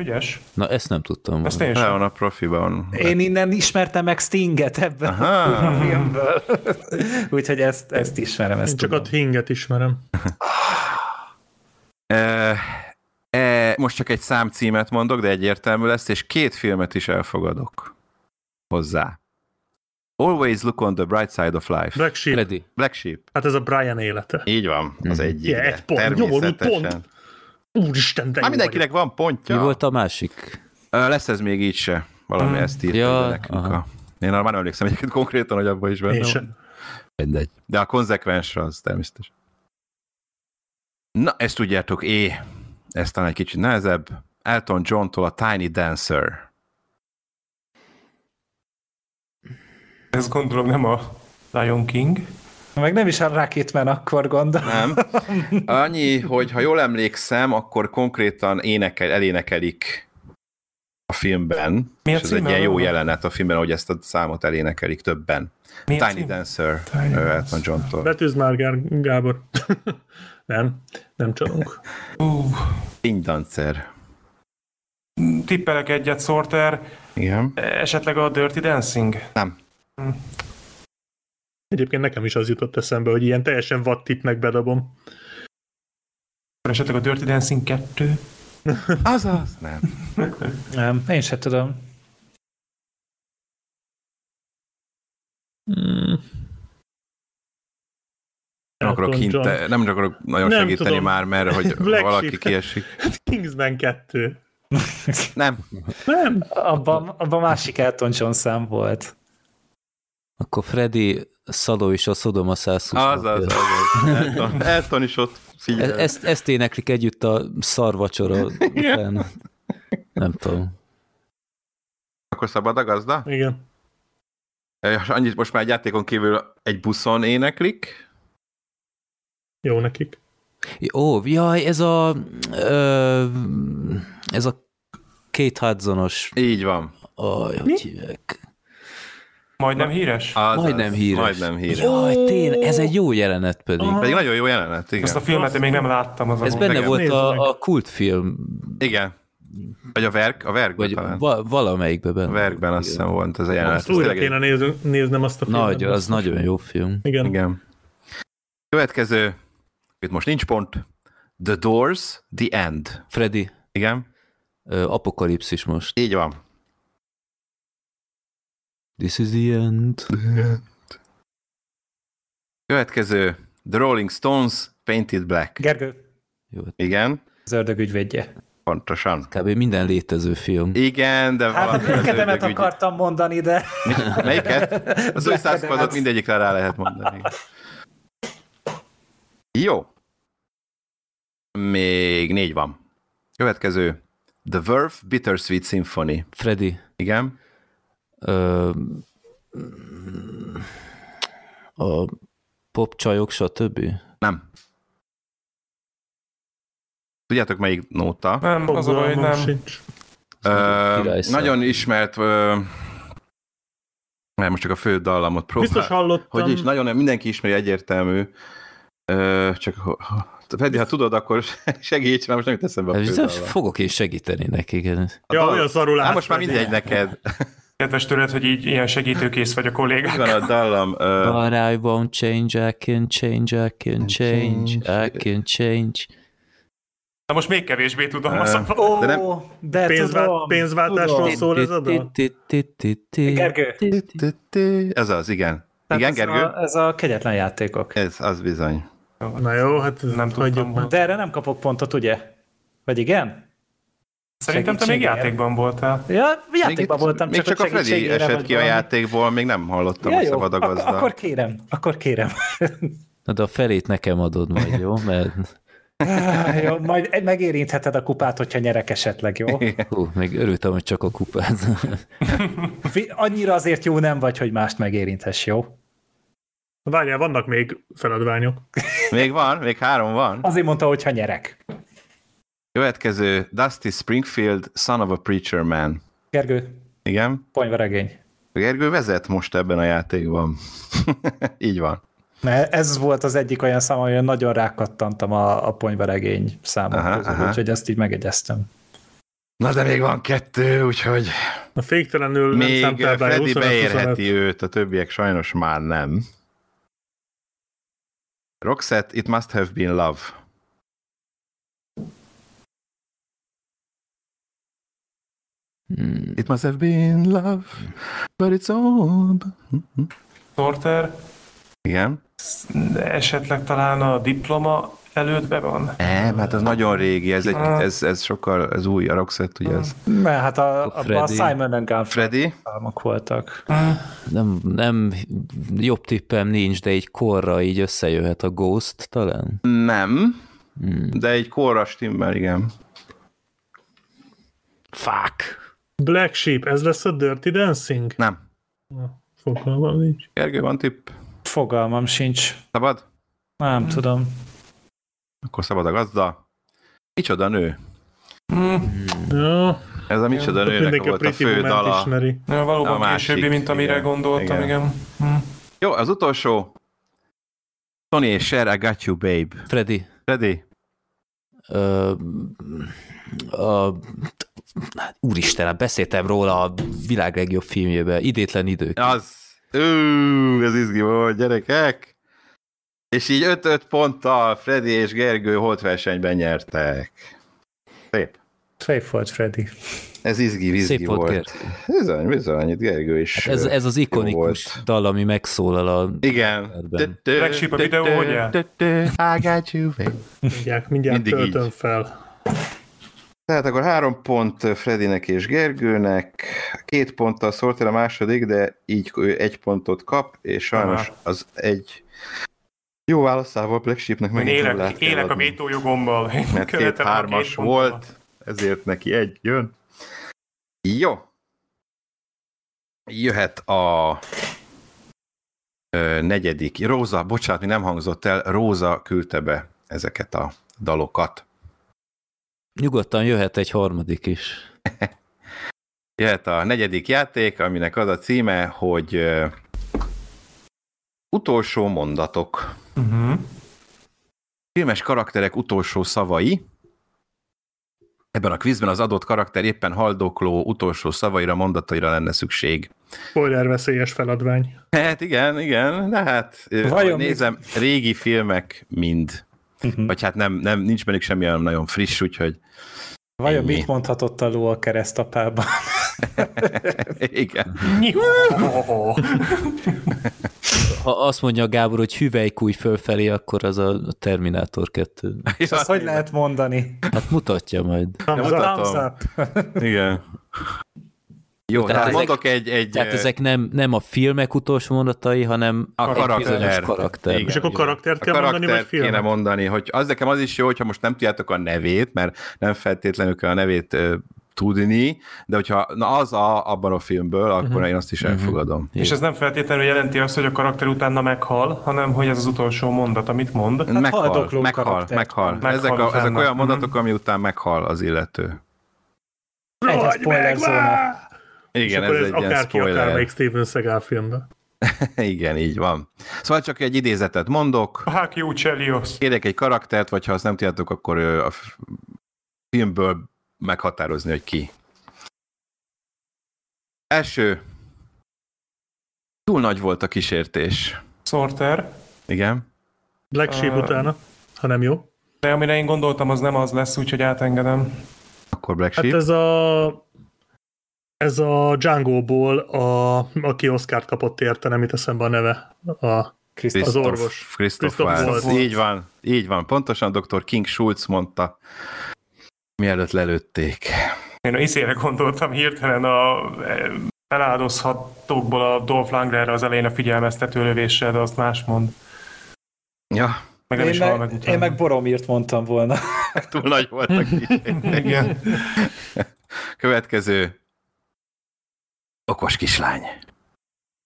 Ügyes.
Na, ezt nem tudtam.
Ezt én sem.
Leon a profiban.
Én innen ismertem meg Stinget ebben
Aha.
a filmből. Úgyhogy ezt, ezt ismerem, ezt
Én csak
tudom.
a hinget ismerem.
E, e, most csak egy számcímet mondok, de egyértelmű lesz, és két filmet is elfogadok hozzá. Always look on the bright side of life. Black,
Black Sheep.
Freddy.
Black Sheep.
Hát ez a Brian élete.
Így van, az
Mhm.
egyik.
Ja, egy pont, nyomorult pont. Úristen, de
Már
jó
mindenkinek van pontja.
Mi volt a másik?
Ö, Lesz ez még így se. Valami ezt írta
Ja,
ja, nekünk.
aha.
A... Én arra már nem emlékszem egyébként konkrétan, hogy abban is benne
Én
van.
sem.
Mindegy. De a konzekvens az természetes. Na, ezt tudjátok, é, ez talán egy kicsit nehezebb. Elton John-tól a Tiny Dancer.
Ez gondolom nem a Lion King.
Meg nem is a Rocketman akkor gondolom.
Nem. Annyi, hogy ha jól emlékszem, akkor konkrétan énekel, elénekelik a filmben,
Mi a
és ez egy
címe?
ilyen jó jelenet a filmben, hogy ezt a számot elénekelik többen.
Mi a
Tiny
cím?
Dancer,
Tiny
Tiny
Dancer.
Elton John-tól.
Betűz már, Gár- Gábor. nem, nem csalunk.
Ú,
Tiny Dancer.
tippelek egyet, Sorter.
Igen.
Esetleg a Dirty Dancing.
Nem.
Egyébként nekem is az jutott eszembe, hogy ilyen teljesen vad tippnek bedobom.
Esetleg a Dirty Dancing 2.
Azaz. Nem.
Nem, én se tudom.
Nem akarok,
Elton John.
hinte, nem akarok nagyon
Nem
segíteni
tudom.
már, mert hogy
Black
valaki
Sheep.
kiesik.
Kingsman 2.
Nem.
Nem,
Abban, abban másik Elton John szám volt.
Akkor Freddy Szaló és a Szodoma 120.
Az, az, az, az. Elton, Elton is ott
E-
figyel.
Ezt, ezt éneklik együtt a szarvacsora után. Nem tudom.
Akkor szabad a gazda?
Igen.
Eh, Annyit most már egy játékon kívül egy buszon éneklik.
Jó nekik.
Ó, jaj, ez a ö, ez a két Hudsonos,
Így van.
aj, hogy hívják?
Majdnem híres?
Az,
Majdnem
az,
híres.
Majdnem híres.
Jaj, tényleg, ez egy jó jelenet pedig.
Pedig nagyon jó jelenet, igen.
Ezt a filmet én még nem láttam. Az a
Ez
baj.
benne
igen.
volt
Nézd meg.
a, a kultfilm,
Igen. Vagy a verk, a verkben
vagy
talán.
va- valamelyikben benne.
A verkben azt hiszem volt ez a jelenet.
Azt
Hát Ez
újra
tényleg egy-
kéne néz- néznem azt a filmet.
Nagy, az nagyon jó film.
Igen. Igen.
Igen. Következő, itt most nincs pont, The Doors, The End.
Freddy,
Igen,
ö, apokalipszis most.
így van.
This is the end.
Következő, The Rolling Stones, Painted Black.
Gergő,
Jó,
Igen,
az ördög ügyvédje.
pontosan.
kb. minden létező film.
Igen, de
Hát,
valami az
kedemet
ördögügy-
akartam mondani, de...
Mi- Melyiket? Az új
Black
százkodot
Adams.
mindegyikre rá lehet mondani. Jó. Még négy van. Következő, The Verve Bittersweet Symphony.
Freddy,
Igen.
ö, mm, a popcsajok, stb.
Nem. Tudjátok, melyik nóta?
Nem, az a baj, hogy nem.
Sincs.
Ö,
királyszám.
nagyon ismert, ö, nem, most csak a fő dallamot próbál.
Biztos hallottam.
Hogy is, nagyon mindenki ismeri egyértelmű. Ö, csak ho- ho- Freddy, ha tudod, akkor segíts, mert most nem jut eszembe a fő
Hát,
dallam.
fogok én segíteni nekik. igen.
A
Ja,
dal-
olyan szarul
Hát
állsz,
most már mindegy neked.
Kedves tőled, hogy így ilyen segítőkész vagy a
Itt
kollégák.
van a dallam. Ö,
But I won't change, I can change, I can change, I can change.
Na most még kevésbé tudom.
Ö,
azt a-
Ó,
De
de,
nem-
de
Pénzvá-
tudom,
pénzváltásról
tudom.
szó- Szól ez a dal?
Gergő.
Ez az, igen.
Tehát
Igen,
ez
Gergő?
A, ez a kegyetlen játékok.
Ez, az bizony.
Na jó, hát ez
Nem tudtam
hagyjuk már.
De erre nem kapok pontot, ugye? Vagy igen?
Szerintem te még
Segítségére.
játékban voltál.
Ja, játékban
itt-
voltam,
még
csak,
csak a Freddy
segítségére
esett
vagy
ki a
valami.
játékból, még nem hallottam
Ja,
a
jó,
szabad a
ak-
gazda.
akkor kérem, akkor kérem.
Na de a felét nekem adod majd, jó? Mert
jó, majd megérintheted a kupát, hogyha nyerek esetleg, jó?
hú, még örültem, hogy csak a kupát.
Fi- Annyira azért jó nem vagy, hogy mást megérinthess, jó?
Várjál, vannak még feladványok.
Még van, még három van.
Azért mondta, hogyha nyerek.
Következő, Dusty Springfield, Son of a Preacher Man.
Gergő,
Igen?
ponyvaregény.
Gergő vezet most ebben a játékban. Így van.
Mert ez volt az egyik olyan szám, amire nagyon rákattantam a, a ponyvaregény
Aha,
számon közül,
aha.
úgyhogy ezt így megegyeztem.
Na de még van kettő, úgyhogy
A féktelenül nem
még eh,
számtál be
Freddy
25
beérheti őt, a többiek sajnos már nem. Roxette, It Must Have Been Love.
Hmm.
It must have been love, but it's all...
Sorter,
Igen.
de esetleg talán a diploma előtt be van.
Nem, hát az nagyon régi, ez, egy, ez, ez sokkal, ez új, a Roxette, ugye ez.
Na, hát a,
Akkor
abban a
Freddy.
Simon and Garfunkel
Freddy,
számok voltak.
Nem, nem, jobb tippem nincs, de így korra így összejöhet a Ghost talán.
nem,
Hmm.
de egy korra stimmel, igen.
Fuck.
Black Sheep, ez lesz a Dirty Dancing?
Nem.
Fogalmam nincs.
Gergő, van tipp?
Fogalmam sincs.
Szabad? Hm.
Nem tudom.
Akkor szabad a gazda. Micsoda nő.
Hmm,
Ja,
Ez a micsoda nőnek
mindenki a
volt a
Pretty
fő
Woman-t
dala.
ismeri.
Ja,
A
valóban
másik,
későbbi, mint amire
igen, igen.
gondoltam, igen. Hm. igen.
Jó, az utolsó. Tony és Cher, I got you, babe.
Freddy.
Ready?
Ö, a, hát úristen, hát beszéltem róla a világ legjobb filmjében, idétlen idők.
Az. Ú, ez izgi volt, gyerekek. És így 5-5 ponttal Freddy és Gergő holtversenyben nyertek. Szép.
Szép volt, Freddy.
Ez izgi, vizgi
Szép volt,
volt. Hát Bizony, bizony, itt Gergő is.
Ez,
ö,
ez az ikonikus
volt.
dal, ami megszólal a...
Igen.
Ebben.
Black Sheep a videó, ugye?
I got you, babe.
Mindjárt, mindjárt
Mindig így.
töltöm fel.
Tehát akkor három pont Fredinek és Gergőnek, két ponttal szólt el a második, de így ő egy pontot kap, és sajnos
Aha.
az egy jó válaszával Blackshipnek
Én
meg
élek, élek a vétójogommal. Én
mert két
követem a
hármas
két ponttal.
volt, ezért neki egy jön. Jó. Jöhet a ö, negyedik. Róza, bocsánat, mi nem hangzott el, Róza küldte be ezeket a dalokat.
Nyugodtan jöhet egy harmadik is.
Jöhet a negyedik játék, aminek az a címe, hogy ö, utolsó mondatok.
Uh-huh.
Filmes karakterek utolsó szavai. Ebben a quizben az adott karakter éppen haldokló utolsó szavaira, mondataira lenne szükség.
Spoiler veszélyes feladvány.
Hát igen, igen, de hát ö,
Vajon
ahogy
mi-
nézem, régi filmek mind,
Uh-huh.
vagy hát nem, nem nincs bennük semmi olyan nagyon friss, úgyhogy
Vajon
Ennyi.
mit mondhatott a ló a keresztapában?
igen.
Ha azt mondja Gábor, hogy hüvelykúj fölfelé, akkor az a Terminátor 2.
És azt hogy lehet mondani?
Hát mutatja majd.
Thumbs up.
mutatom.
Thumbs up.
Igen. Jó,
Tehát
tehát,
ezek-
mondok egy, egy
Tehát
ö,
ezek nem, nem a filmek utolsó mondatai, hanem
a karakter.
bizonyos karakter.
Igen,
És akkor
igen.
karaktert kell
a
mondani, vagy
karaktert
filmet?
kéne mondani, hogy az nekem az is jó, hogyha most nem tudjátok a nevét, mert nem feltétlenül kell a nevét ö, tudni, de hogyha na az a, abban a filmből, akkor
Mhm.
én azt is elfogadom.
És ez nem feltétlenül jelenti azt, hogy a karakter utána meghal, hanem hogy ez az utolsó mondat, amit mond.
Hát meghal,
haldokló
meghal,
karaktert.
meghal,
Meghal
Ezek, a, ezek
utána.
Mhm.
olyan mondatok, ami után meghal az illető.
Egy a
Rohagy
spoiler
meg
zóna.
már! És
Igen,
akkor
ez,
ez,
egy ilyen
akárki,
spoiler.
akármelyik Steven Seagal filmben.
Igen, így van. Szóval csak egy idézetet mondok,
Hák jó Cselios.
kérek egy karaktert, vagy ha azt nem tudjátok, akkor ö, a f- filmből meghatározni, hogy ki. Első. Túl nagy volt a kísértés.
Sorter.
Igen?
Black Sheep
Ah.
utána, ha nem jó.
De amire én gondoltam, az nem az lesz, úgyhogy átengedem.
Akkor Black
Hát
Sheep.
ez a ez a Django-ból, a, aki Oscar-t kapott érte, nem jut eszembe a neve. A,
Krisztus.
az orvos.
Christoph
Christoph
Waltz.
Waltz.
Így van, így van. Pontosan dr. King Schulz mondta, mielőtt lelőtték.
Én észére gondoltam hirtelen a eh, eláldozhatókból a Dolph Lundgrenre az elején a figyelmeztető lövéssel, de azt más mond.
Ja,
Meg nem
Én
is hal meg
meg,
utána.
én meg Boromírt mondtam volna.
túl nagy volt a kísértés.
Igen.
Következő. Okos kislány.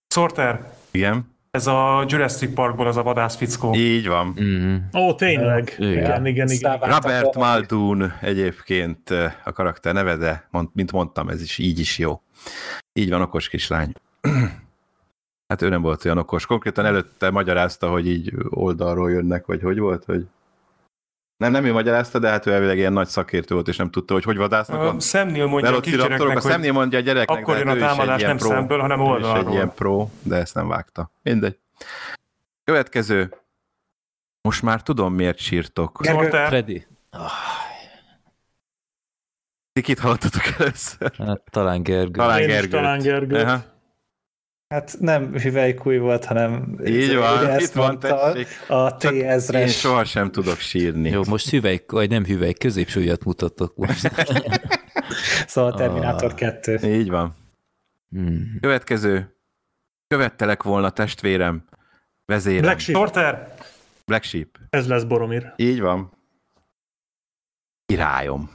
Sorter.
Igen?
Ez a Jurassic Parkból az a vadász fickó.
Így van.
Mm.
Ó, tényleg.
Igen.
Igen, igen, igen. igen.
Száváltam
Robert
Boromírt.
Muldoon egyébként ö, a karakter neve, de mond, mint mondtam, ez is így is jó. Így van, okos kislány. Hát ő nem volt olyan okos. Konkrétan előtte magyarázta, hogy így oldalról jönnek, vagy hogy volt, hogy... Nem, nem ő magyarázta, de hát ő elvileg ilyen nagy szakértő volt, és nem tudta, hogy hogy vadásznak a
A Sam Neill mondja a
velociraptorok. A
kisgyereknek, hogy
szemnél mondja a gyereknek,
akkor
de
jön
hát
a
ő is egy
támadás
ilyen
nem
pró.
szemből, hanem
Ő is egy
oldalról.
ilyen pro, de ezt nem vágta. Mindegy. Következő. Most már tudom, miért sírtok.
Gergő.
Sorter.
Freddy?
Ti kit hallottatok először?
Hát talán Gergő.
Talán
Én is
Gergőt.
talán Gergőt.
Aha,
Hát nem hüvelykúj volt, hanem
így
ugye
van,
ezt
itt van,
mondta,
tessék.
a
Csak Én
T-ezres.
sohasem tudok sírni.
Jó, most hüvelyk, vagy nem hüvelyk, középsúlyat mutatok most.
Szóval a Terminátor
Ah.
2.
Így van.
Mm.
Következő. Követtelek volna testvérem, vezérem.
Black
Black,
Sheep,
Sorter.
Black Sheep.
ez lesz Boromir.
Így van. Királyom.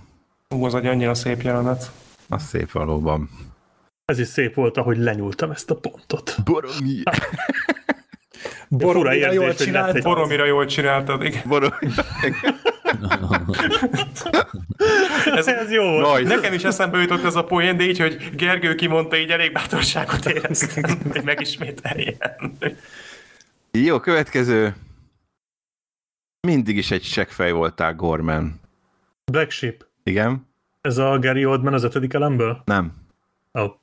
Ú, az egy annyira szép jelenet.
Az szép valóban.
Ez is szép volt, ahogy lenyúltam ezt a pontot.
Boromir.
Fura
Boromira
érzés,
jól
hogy lett
csinált.
egy-
Boromira jól csináltad, igen.
Boromir.
Ez, ez jó volt.
Nice.
Nekem is eszembe jutott ez a poén, de így, hogy Gergő kimondta, így elég bátorságot éreztem, hogy megismételjen.
Jó, következő. Mindig is egy seggfej voltál, Gorman.
Black Sheep.
Igen?
Ez a Gary Oldman az ötödik elemből?
Nem.
Oh.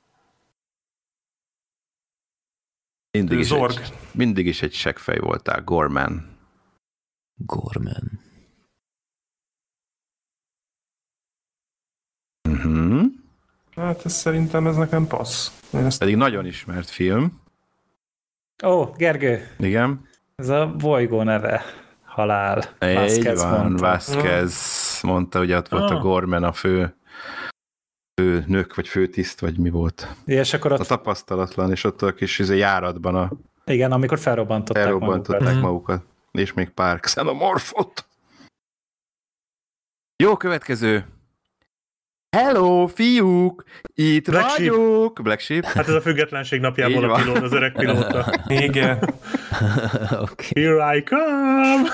Mindig is,
Zorg.
egy, mindig is egy seggfej voltál, Gorman.
Gorman.
Uh-huh.
Hát ez szerintem ez nekem passz. Én ezt
Pedig nagyon ismert film.
Ó, Gergő,
Igen?
ez a bolygó neve. Halál.
Így
Vasquez
van,
mondta.
Vasquez. Gates mondta, hogy ott volt ah. a
Ah.
Gorman a fő, fő nök, vagy főtiszt, vagy mi volt.
És akkor
A
ott,
tapasztalatlan, és ott a kis izé, járatban a,
igen, amikor felrobbantották magukat.
felrobbantották
Mhm.
magukat. És még pár xenomorfot. Jó, következő. Hello, fiúk! Itt
Black Sheep.
vagyok! Black Sheep.
Hát ez a függetlenség
Így
napjából a
van.
pilóta, az öreg pilóta.
Igen.
okay.
Here I come!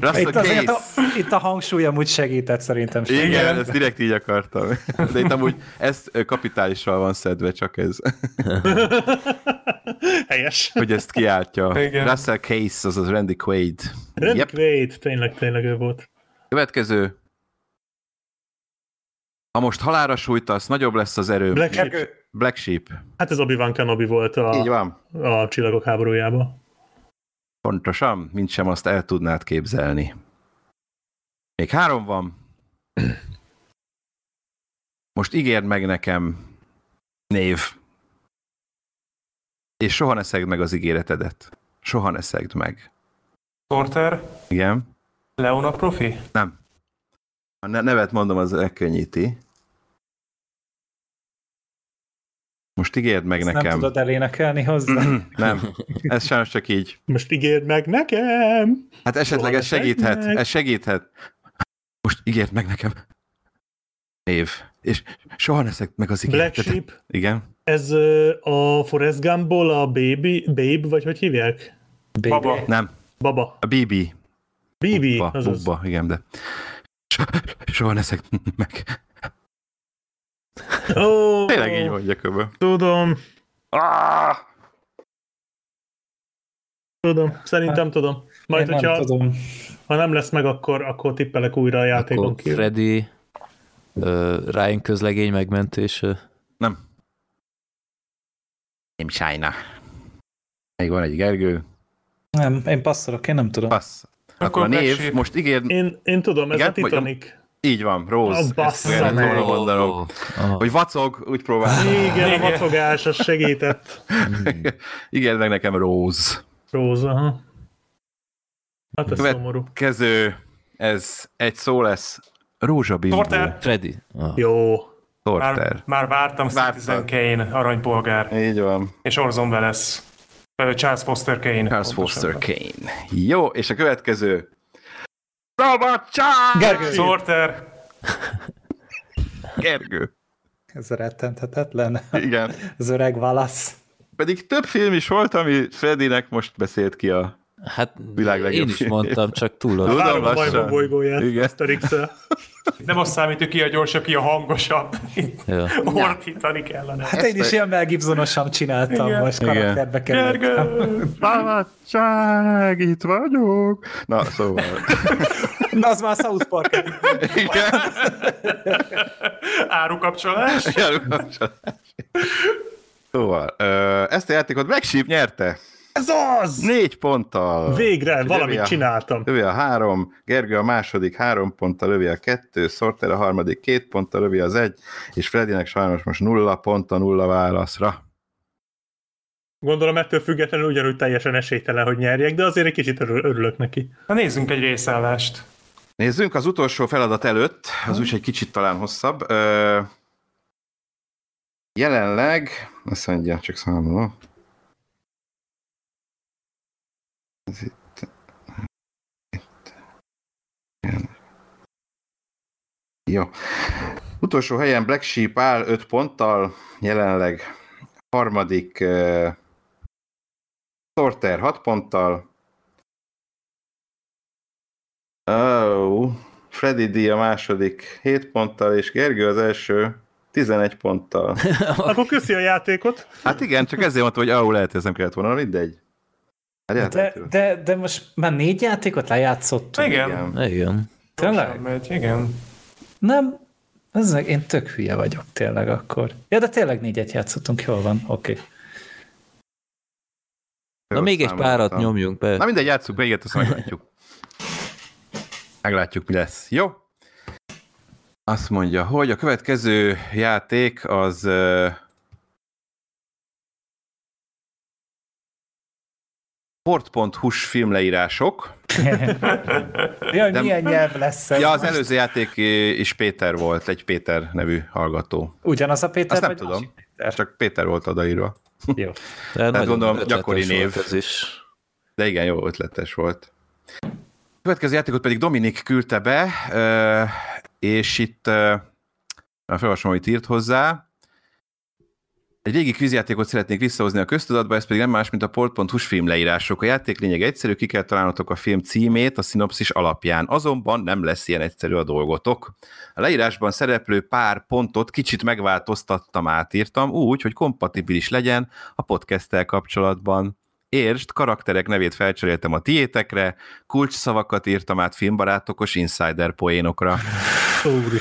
Russell
Itt, azért a,
Case.
itt a hangsúly amúgy segített szerintem.
Igen,
Sem.
Igen, ezt direkt így akartam. De itt amúgy ez ö, kapitálisra van szedve, csak ez,
Helyes.
hogy ezt kiáltja.
Igen.
Russell Case, azaz Randy Quaid.
Randy
Yep.
Quaid, tényleg, tényleg ő volt.
Következő. Ha most halára sújtasz, nagyobb lesz az erő.
Black Sheep.
Sheep. Black Sheep.
Hát ez Obi-Wan Kenobi volt
Így
a,
van.
a csillagok háborújában.
Pontosan, mint sem azt el tudnád képzelni. Még három van. Most ígérd meg nekem, név. És soha ne szegd meg az ígéretedet. Soha ne szegd meg.
Porter,
Igen?
Leona profi?
A ne- nevet mondom, az megkönnyíti. Most ígérd meg
Ezt
nekem.
nem tudod elénekelni hozzá.
Mhm.
nem, ez sajnos csak így.
Most ígérd meg nekem!
Hát esetleg
Soha
ez
ne szegd
segíthet,
meg.
ez segíthet. Most ígért meg nekem. Év. És soha ne szegd meg az
Black
ígéretet.
Sheep,
Igen.
ez ö, a Forrest Gumball, a Baby, Babe, vagy hogy hívják?
Baba.
Nem.
Baba.
A BB.
Bibi,
Bubba,
azaz.
Bubba, igen, de so- soha ne szegd meg.
Ó,
Tényleg így mondja köbö.
Tudom,
Ah!
tudom, szerintem tudom. Majd,
Hát, Én nem
hogyha
tudom.
ha nem lesz meg, akkor, akkor tippelek újra a játékon
Akkor
kívül.
Freddy, ö, Ryan közlegény megmentése.
Nem. Nem China. Még van egy Gergő.
Nem, én passzolok, én nem tudom.
Passz. Akkor,
Akkor
a név,
Black Sheep.
most ígérd,
Én, én tudom, ez
Igen,
a Titanic.
így van, Rose.
Ah,
Ezt
bassza
kellett
meg.
volna mondanom.
Ah,
Hogy vacog, úgy próbálom.
Igen, a vacogás, az segített.
Ígérd meg nekem Rose.
Róza, ha? Hát ez
Követ-
szomorú.
Következő, ez egy szó lesz. Rózsabimbó.
Torter.
Freddy. Ah.
Jó.
Torter.
Már, már vártam Citizen Kane, aranypolgár,
Így van.
és Orson Welles. Ö, Charles Foster Kane.
Charles
Pontosan.
Foster Kane. Jó, és a következő. Szabadság!
Gergő!
Szóval- Sorter,
Gergő.
Ez rettenthetetlen.
Igen.
Az öreg válasz.
Pedig több film is volt, ami Fredinek most beszélt ki a...
Hát
Világ legjobb
én is
filmje.
mondtam, csak túl
Tudom,
Várom a
lassan.
majmok bolygóját,
Igen.
Asterix-el.
nem azt számít, hogy ki a gyorsabb, ki a hangosabb. Itt
Ja.
Ordítani kellene.
Hát én is ilyen Mel Gibsonosan csináltam
Igen.
most,
Igen.
karakterbe
Gergő!
kerültem.
Szabadság, itt vagyok! Na, szóval.
Na, az már South Park.
Igen.
Árukapcsolás?
Elkapcsolás. Szóval, ö, ezt a játékot Black Sheep nyerte.
Ez az!
Négy ponttal.
Végre
Lövi
valamit
a-
csináltam.
Lövi a három, Gergő a második három ponttal, lövi a kettő, Sorter a harmadik két ponttal, lövi az egy, és Fredinek sajnos most nulla pont a nulla válaszra.
Gondolom ettől függetlenül ugyanúgy teljesen esélytelen, hogy nyerjek, de azért egy kicsit örül- örülök neki.
Na nézzünk egy részállást.
Nézzünk az utolsó feladat előtt, az úgyis egy kicsit talán hosszabb. Ö, jelenleg, azt mondja, csak számolom. Ez itt. itt. Igen. Jó. Utolsó helyen Black Sheep áll 5 ponttal, jelenleg harmadik uh, Sorter 6 ponttal, Oh, Freddy D a második 7 ponttal, és Gergő az első 11 ponttal.
Akkor köszi a játékot.
Hát igen, csak ezért mondtam, hogy ahol lehet, ez nem kellett volna, mindegy. Hát
De,
játszottunk.
de, de most már négy játékot lejátszottunk.
Igen.
Igen.
Igen.
Tényleg?
Megy, igen.
Nem, ez meg, én tök hülye vagyok tényleg akkor. Ja, de tényleg négyet játszottunk, jól van, oké. Okay.
Na még egy
Számoltam.
párat nyomjunk
Na
be.
mindegy, játsszuk be, ilyet, azt szóval meglátjuk. Meglátjuk, mi lesz. Jó? Azt mondja, hogy a következő játék az... ö, port.hu-s filmleírások.
Jaj,
De-
milyen nyelv lesz ez?
Ja, az előző játék is Péter volt, egy Péter nevű hallgató.
Ugyanaz a Péter?
Azt nem
vagy
tudom,
másik Péter?
csak Péter volt odaírva.
Jó.
Tehát
hát gondolom, gyakori név.
Ez is.
De igen, jó ötletes volt. Következő játékot pedig Dominik küldte be, ö, és itt ö, már felolvasom, amit írt hozzá. Egy régi kvízjátékot szeretnék visszahozni a köztudatba, ez pedig nem más, mint a port.hu-s film leírások. A játék lényeg egyszerű, ki kell találnotok a film címét a szinopszis alapján, azonban nem lesz ilyen egyszerű a dolgotok. A leírásban szereplő pár pontot kicsit megváltoztattam, átírtam úgy, hogy kompatibilis legyen a podcasttel kapcsolatban. Értsd, karakterek nevét felcseréltem a tiétekre, kulcsszavakat írtam át filmbarátokos insider poénokra.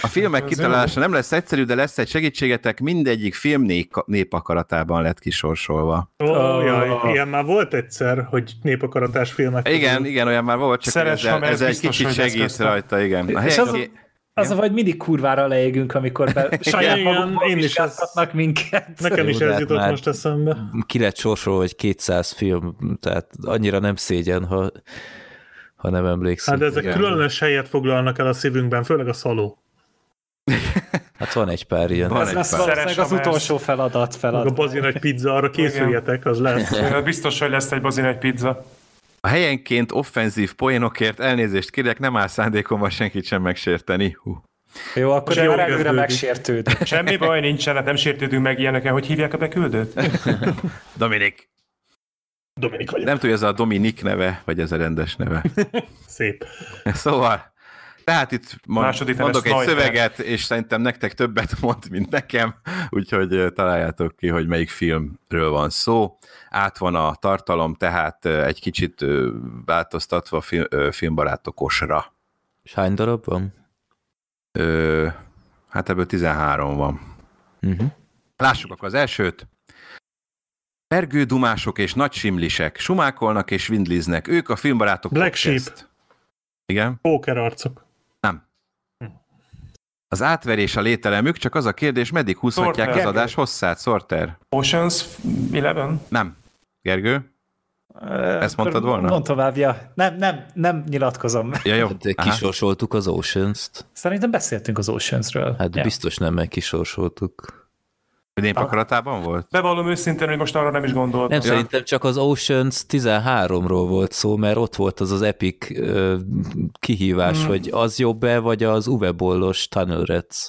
A filmek kitalálása nem lesz egyszerű, de lesz egy segítségetek, mindegyik film nép- népakaratában lett kisorsolva.
Ó,
Ó.
jaj, ilyen már volt egyszer, hogy népakaratás filmek.
Igen, igen, olyan már volt, csak
Szeres,
ezzel,
ha már
ezzel egy
biztos,
kicsit
hogy
segít
eszköztár.
rajta, igen. A
És
helyen
az a-
ki-
Az a vagy mindig kurvára leégünk, amikor be saját
Igen,
magunkból
én is ezt-
vizsgáztatnak minket.
Nekem is
Jó, de
ez
hát
jutott
már-
most eszembe.
Ki lett sorsolva, hogy 200 film, tehát annyira nem szégyen, ha, ha nem emlékszem.
Hát de ezek
Igen.
különös helyet foglalnak el a szívünkben, főleg a szaló.
Hát van egy pár ilyen.
Van.
Ez lesz
Szeres,
valószínűleg az
ha már-
utolsó feladat
Meg a
feladat.
bazi nagy pizza, arra készüljetek, az lesz.
Biztos, hogy lesz egy bazin egy pizza.
A helyenként offenzív poénokért elnézést kérek, nem áll szándékommal senkit sem megsérteni. Hú.
Jó, akkor
Jó,
én már előre
kezdődik.
megsértődök.
Semmi baj nincsen, hát nem sértődünk meg ilyeneken, hogy hívják a beküldőt?
Dominik.
Dominik vagyok.
Nem tudja, ez a Dominik neve, vagy ez a rendes neve.
Szép.
Szóval, tehát itt mond,
Második neve
mondok egy
Snyder.
szöveget, és szerintem nektek többet mond, mint nekem, úgyhogy ö, találjátok ki, hogy melyik filmről van szó. Át van a tartalom, tehát ö, egy kicsit ö, változtatva film, filmbarátokosra.
És hány darab van?
Ö, Hát ebből 13 van.
Uh-huh.
Lássuk akkor az elsőt. Pergő dumások és nagy simlisek sumákolnak és vindliznek. Ők a filmbarátok
Black
Sheep. Igen.
Póker arcok.
Az átverés a lételemük, csak az a kérdés, meddig húzhatják
Sorter.
az adás hosszát, Sorter?
Oceans 11?
Nem. Gergő? Ezt mondtad volna?
Mondd tovább, ja. Nem, nem, nem nyilatkozom.
Ja, jó.
Hát
Aha.
kisorsoltuk az Oceans-t.
Szerintem beszéltünk az Oceansről.
Hát ja. biztos nem, mert kisorsoltuk.
Népakaratában volt?
Bevallom őszintén, hogy most arra nem is gondoltam.
Nem,
Ja.
ja. szerintem csak az Oceans 13-ról volt szó, mert ott volt az az epic ö, kihívás, mm. hogy az jobb-e, vagy az uvebollos Tunnel Rats.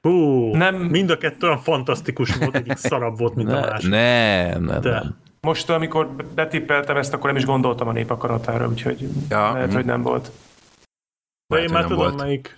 Hú,
Nem.
nem. mind a kettő olyan fantasztikus volt, egyik szarabb volt, mint a
Ne,
másik.
nem, nem,
De.
nem.
Most, amikor betippeltem ezt, akkor nem is gondoltam a népakaratára, úgyhogy
Ja. mhm.
ja. lehet, hogy nem volt.
De
Lehet,
én
hogy
már
nem
tudom
volt.
melyik.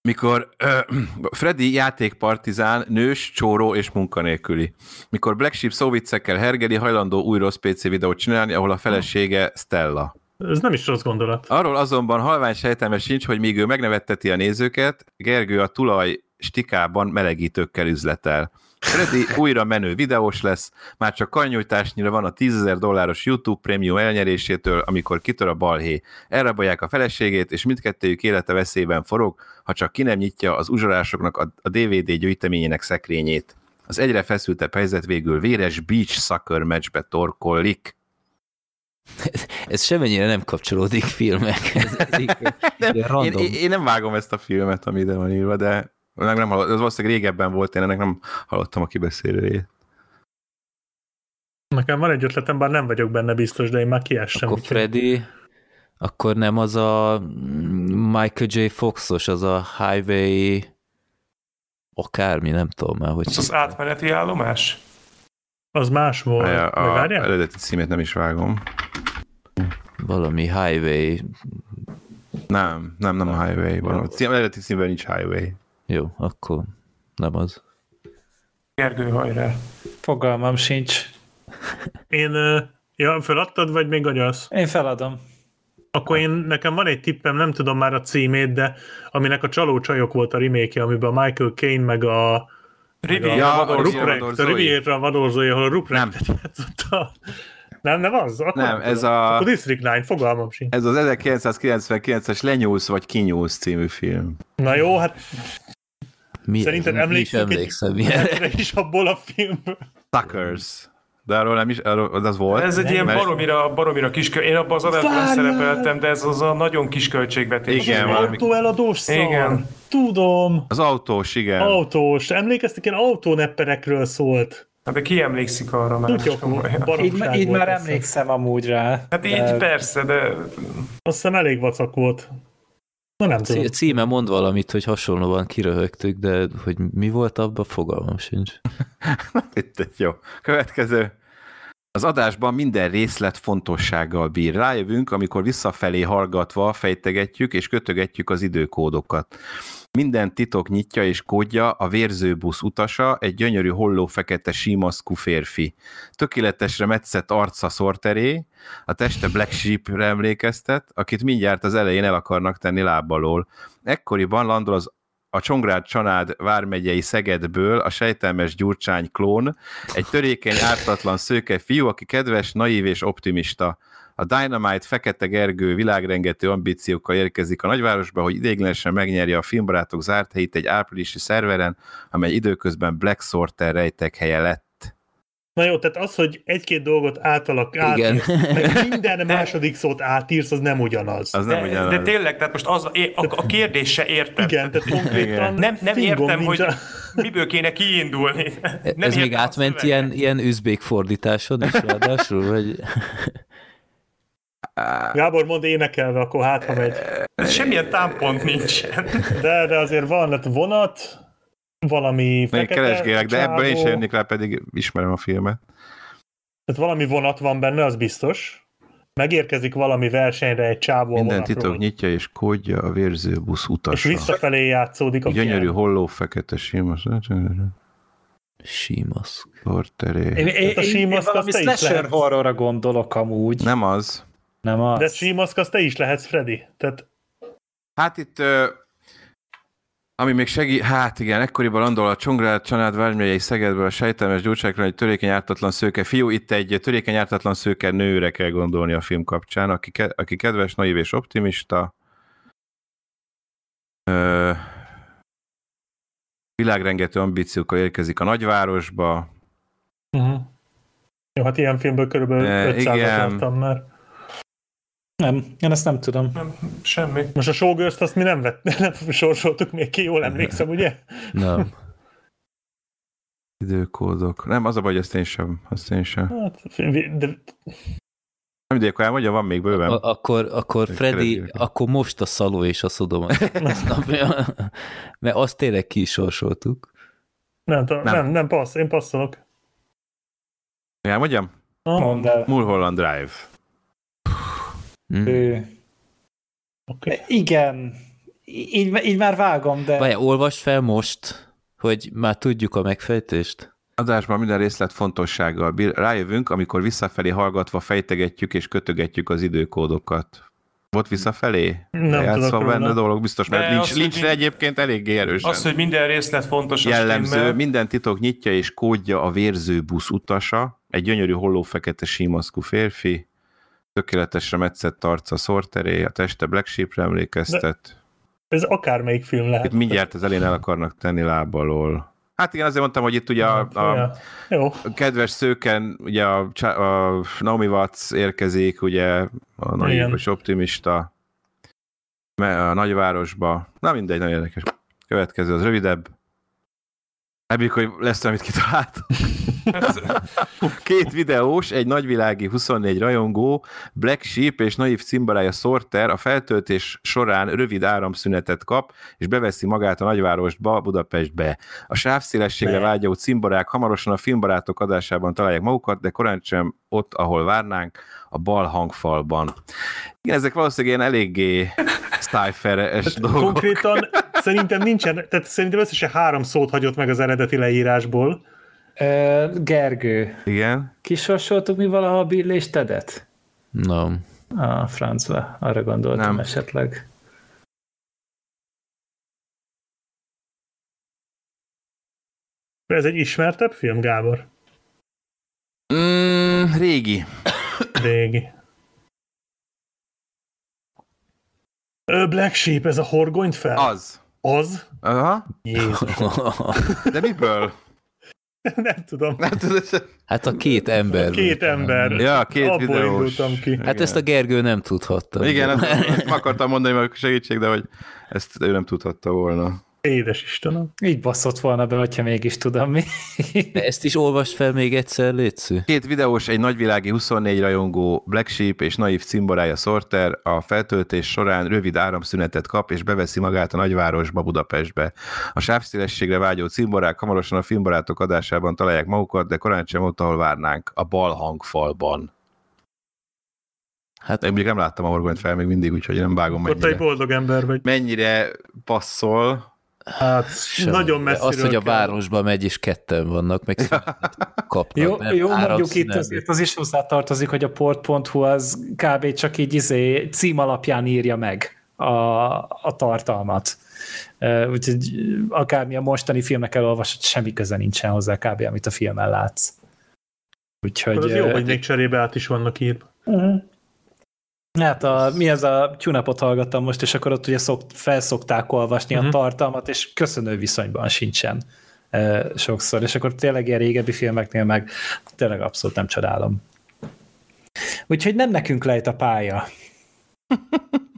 Mikor ö, Freddy játékpartizán, nős, csóró és munkanélküli. Mikor Black Sheep szóviccekkel hergeli, hajlandó új rossz PC videót csinálni, ahol a felesége Stella.
Ez nem is rossz gondolat.
Arról azonban halvány sejtelme sincs, hogy míg ő megnevetteti a nézőket, Gergő a tulaj stikában melegítőkkel üzletel. Freddy újra menő videós lesz, már csak kanyújtásnyira van a 10.000 dolláros YouTube prémium elnyerésétől, amikor kitör a balhé. Elrabolják a feleségét, és mindkettőjük élete veszélyben forog, ha csak ki nem nyitja az uzsorásoknak a a DVD gyűjteményének szekrényét. Az egyre feszültebb helyzet végül véres beach soccer meccsbe torkollik.
Ez semmennyire nem kapcsolódik filmekhez. Ez így, nem, ilyen
Én,
random.
én, én nem vágom ezt a filmet, ami ide van írva, de nem, nem hallottam. Ez valószínűleg régebben volt, én ennek nem hallottam a kibeszélőjét.
Nekem van egy ötletem, bár nem vagyok benne biztos, de én már kiessem.
akkor
úgyhogy-
Freddy, akkor nem az a Michael J. Foxos, az a Highway akármi, nem tudom már, hogy
Ez az átmeneti állomás?
Az más volt.
A,
Vagy
a,
Várjál?
eredeti címét nem is vágom.
valami Highway,
Nem, nem, nem a Highway. Van. A cím, eredeti címben nincs Highway.
jó, akkor nem az.
Gergő, hajrá!
Fogalmam sincs.
Én, ö, ja, föladtad, vagy még agyalsz?
Én feladom.
Akkor én, nekem van egy tippem, nem tudom már a címét, de aminek a Csaló Csajok volt a remake meg a Michael Caine, meg a,
Riviera
Ja,
Vador
a
Riviera
Zoli.
Ruprecht, a
Vadorzói.
Riviera Vadorzója, ahol a Ruprecht játszott a... Nem, nem az? Akkor
Nem, ez
tudom.
a-
Akkor District 9, fogalmam sincs.
Ez az 1999-es Lenyúlsz vagy Kinyúlsz című film.
Na jó, hát
Mi
Szerinted
ez? Nem
emlékszünk
Is
egy-
emlékszem egy...
erre is abból a filmből.
Suckers. De arról nem is, arról, az volt.
Ez egy ilyen
Hát Mert-
baromira, baromira kis kö... Én abban az adásban nem
Várjál!
szerepeltem, de ez az a nagyon kis költségvetés. Hát
Igen,
volt.
valami-
Autóeladós szar.
Igen.
Tudom.
Az autós, igen.
Autós. Emlékeztek, ilyen autónepperekről szólt.
Hát de ki emlékszik arra már?
Tudjuk,
komolyan?
Így,
baromság
ma- így
volt,
már
azt hiszem.
emlékszem amúgy rá.
Hát így
de-
persze, de
Azt hiszem elég vacak volt. Na nem tudom.
Cí- Címe mond valamit, hogy hasonlóan kiröhögtük, de hogy mi volt abban, fogalmam sincs.
Itt egy jó. Következő. Az adásban minden részlet fontossággal bír. Rájövünk, amikor visszafelé hallgatva fejtegetjük és kötögetjük az időkódokat. Minden titok nyitja és kódja a vérzőbusz utasa, egy gyönyörű holló fekete símaszkú férfi. Tökéletesre metszett arca szorteré, a teste Black Sheepre emlékeztet, akit mindjárt az elején el akarnak tenni lábalól. Ekkoriban landol az a Csongrád Csanád vármegyei Szegedből a sejtelmes Gyurcsány klón, egy törékeny, ártatlan szőke fiú, aki kedves, naív és optimista. A Dynamite Fekete Gergő világrengető ambíciókkal érkezik a nagyvárosba, hogy idéglenesen megnyerje a filmbarátok zárt helyét egy áprilisi szerveren, amely időközben Black Sorter rejtek helye lett.
Na jó, tehát az, hogy egy-két dolgot átalak,
Igen.
átírsz, meg minden második szót átírsz, az nem ugyanaz.
Az nem
de,
ugyanaz.
de tényleg, tehát most az, é- a, a kérdés se értem.
Igen, tehát konkrétan
Nem, nem
fingom
értem,
nincs
hogy
a-
miből kéne kiindulni.
E-
Nem
Ez még
értem a
átment
szöveget.
ilyen, ilyen üzbék fordításon is ráadásul, vagy
Gábor mond énekelve, akkor hát, ha megy.
Semmilyen támpont nincsen.
De, de azért van, lett vonat, valami
Én
fekete
keresgélek, de ebből én
csávó.
sem jönnék rá, pedig ismerem a filmet.
Tehát valami vonat van benne, az biztos. Megérkezik valami versenyre egy csávó a
Minden
vonatról.
titok nyitja és kódja a vérző busz
És
utasa.
visszafelé játszódik a
Gyönyörű,
film.
holló, fekete, símos.
símaszk.
Én,
Porteré.
én,
a
én, én
símaszk
valami
azt te is
slasher
lehetsz.
horrorra gondolok amúgy.
Nem az.
Nem az.
De Simaszk, az te is lehetsz, Freddy. Tehát
Hát itt, ö, ami még segít, hát igen, ekkoriban landol a Csongrád Csanád vármegyei Szegedből a sejtelmes gyurcsákra egy törékeny ártatlan szőke fiú, itt egy törékeny ártatlan szőke nőre kell gondolni a film kapcsán, aki, ke- aki kedves, naív és optimista, ö, világrengető ambíciókkal érkezik a nagyvárosba,
uh-huh. jó, hát ilyen filmből körülbelül
Eh,
500
igen.
láttam már.
Nem, én ezt nem tudom.
Nem, semmi.
Most a showgirls azt mi nem, vett, nem sorsoltuk még ki, jól emlékszem, ugye?
Nem.
időkódok. Nem, az a baj, hogy ezt én sem, azt én sem.
Hát, fi- de
Nem mindegy, akkor elmondja, van még bőven.
A- akkor, akkor
Egy
Freddy,
keresgélek.
akkor most a szaló és a szodom. Mert azt tényleg kisorsoltuk. nem
nem,
Nem.
nem, nem, nem passz, én passzolok.
Elmondjam?
Ah,
Mondd el.
Mulholland Drive.
Mm.
Ő.
okay.
Igen. Í- Így, így már vágom, de...
Várjál, olvasd fel most, hogy már tudjuk a megfejtést.
Adásban minden részlet fontossággal bír. Rájövünk, amikor visszafelé hallgatva fejtegetjük és kötögetjük az időkódokat. Volt visszafelé?
Nem
Játszva
tudok
benne
róla.
dolog biztos, mert
De
De
az,
lincs,
hogy
lincsre
mi-
egyébként eléggé erősen.
Az, hogy minden részlet fontos. az
Jellemző,
stimmel.
minden titok nyitja és kódja a vérző busz utasa, egy gyönyörű hollófekete símaszkú férfi, tökéletesre metszett arca szorteré, a teste Black Sheepre emlékeztet.
Ez akármelyik film lehet.
Itt mindjárt az elén el akarnak tenni lábalól. Hát igen, azért mondtam, hogy itt ugye a, a,
Ja. Jó,
a kedves szőken, ugye a, Csa- a Naomi Watts érkezik, ugye a
Igen.
nagyon és optimista me- a nagyvárosba. Na mindegy, nagyon érdekes. Következő az rövidebb. Reméljük, hogy lesz, amit kitalált. Két videós, egy nagyvilági 24 rajongó, Black Sheep és naív cimbarája Sorter a feltöltés során rövid áramszünetet kap, és beveszi magát a nagyvárosba, Budapestbe. A sávszélességre
Ne.
vágyó cimborák hamarosan a filmbarátok adásában találják magukat, de korán sem ott, ahol várnánk, a bal hangfalban. Igen, ezek valószínűleg ilyen eléggé
Hát,
sci dolgok.
konkrétan szerintem nincsen, tehát szerintem összesen három szót hagyott meg az eredeti leírásból.
Ö, Gergő,
Igen.
kisorsoltuk mi valaha a Bill és Tedet?
Nem.
A francba, arra gondoltam
Nem.
nem. esetleg.
Ez egy ismertebb film, Gábor?
Mm, régi.
Régi. Ö, Black Sheep, ez a horgonyt fel?
Az.
Az?
Aha.
Jézus.
De miből?
Nem tudom.
Nem tudod,
Hát a két ember.
Két
volt,
ember.
Ja, a két
Abból
videós.
indultam ki. Hát
Hát ezt a Gergő nem tudhatta.
Igen, hát- ezt, ezt meg akartam mondani, mert segítség, de hogy ezt ő nem tudhatta volna.
Édes Istenem.
Így baszott volna be, hogyha mégis tudom mi.
De ezt is olvasd fel még egyszer, Léci.
Két videós, egy nagyvilági 24 rajongó Black Sheep és naív cimborája Sorter a feltöltés során rövid áramszünetet kap, és beveszi magát a nagyvárosba Budapestbe. A sávszélességre vágyó cimborák hamarosan a filmbarátok adásában találják magukat, de korán sem ott, ahol várnánk, a bal hangfalban.
Hát
Én mondjuk nem láttam a horgonyt fel még mindig, úgyhogy nem vágom
Ott egy
mennyire.
boldog ember vagy.
Mennyire passzol,
Hát,
sem.
nagyon
De
messziről
Az, hogy a
kell.
városba megy és ketten vannak, meg kapnak.
Jó,
nem?
jó mondjuk
Áramszünet.
itt azért az is hozzátartozik, hogy a port.hu az kb. csak így izé cím alapján írja meg a, a tartalmat. Ö, Úgyhogy akármi a mostani filmnek elolvasott, semmi köze nincsen hozzá kb. amit a filmen látsz. Úgyhogy...
Akkor Hát az jó,
ö,
hogy még cserébe át is vannak írva.
Mhm. Hát a, mi ez a tune hallgattam most, és akkor ott ugye szok, felszokták olvasni uh-huh.
Mhm.
a tartalmat, és köszönő viszonyban sincsen e, sokszor, és akkor tényleg ilyen régebbi filmeknél meg tényleg abszolút nem csodálom. Úgyhogy nem nekünk lejt a pálya.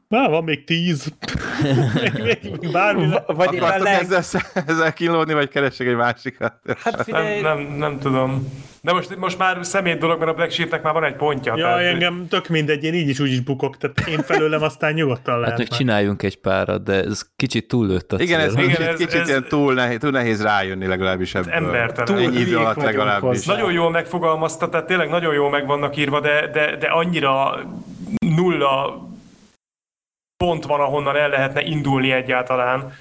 Na, van még tíz. még, még bármi.
V- vagy éppen
Akartok
leg...
ezzel, ezzel kilódni, vagy keresek egy másikat?
Hát
Nem,
figyelj,
nem, nem tudom. De most, most már szemét dolog, mert a Black Sheepnek már van egy pontja.
Ja, engem tök mindegy, én így is úgy is bukok, tehát én felőlem aztán nyugodtan lehet.
Hát még
már.
csináljunk egy párat, de ez kicsit túllőtt a
Igen,
cél.
ez kicsit,
ez-
kicsit
ez-
ilyen túl nehéz, túl nehéz rájönni legalábbis ebből. Túl
embertelen. Túl
ennyi idő
hülyék
alatt
vagyunk
legalábbis.
hozzá.
Nagyon
Nagyon jól megfogalmazta, tehát tényleg nagyon jól meg vannak írva, de, de, de annyira nulla pont van, ahonnan el lehetne indulni egyáltalán.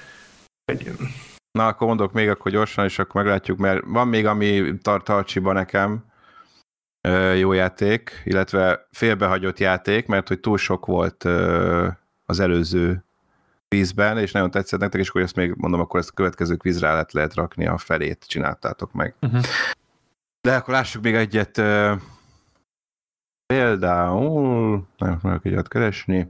Egy,
Na, akkor mondok még akkor gyorsan, és akkor meglátjuk, mert van még, ami tart Alcsiba nekem. Ö, jó játék, illetve félbehagyott játék, mert hogy túl sok volt ö, az előző vízben, és nagyon tetszett nektek, és akkor ezt még mondom, akkor ezt a következő kvízre át lehet rakni, a felét csináltátok meg.
Mhm.
De akkor lássuk még egyet. ö, Például, nem fogok egyet keresni.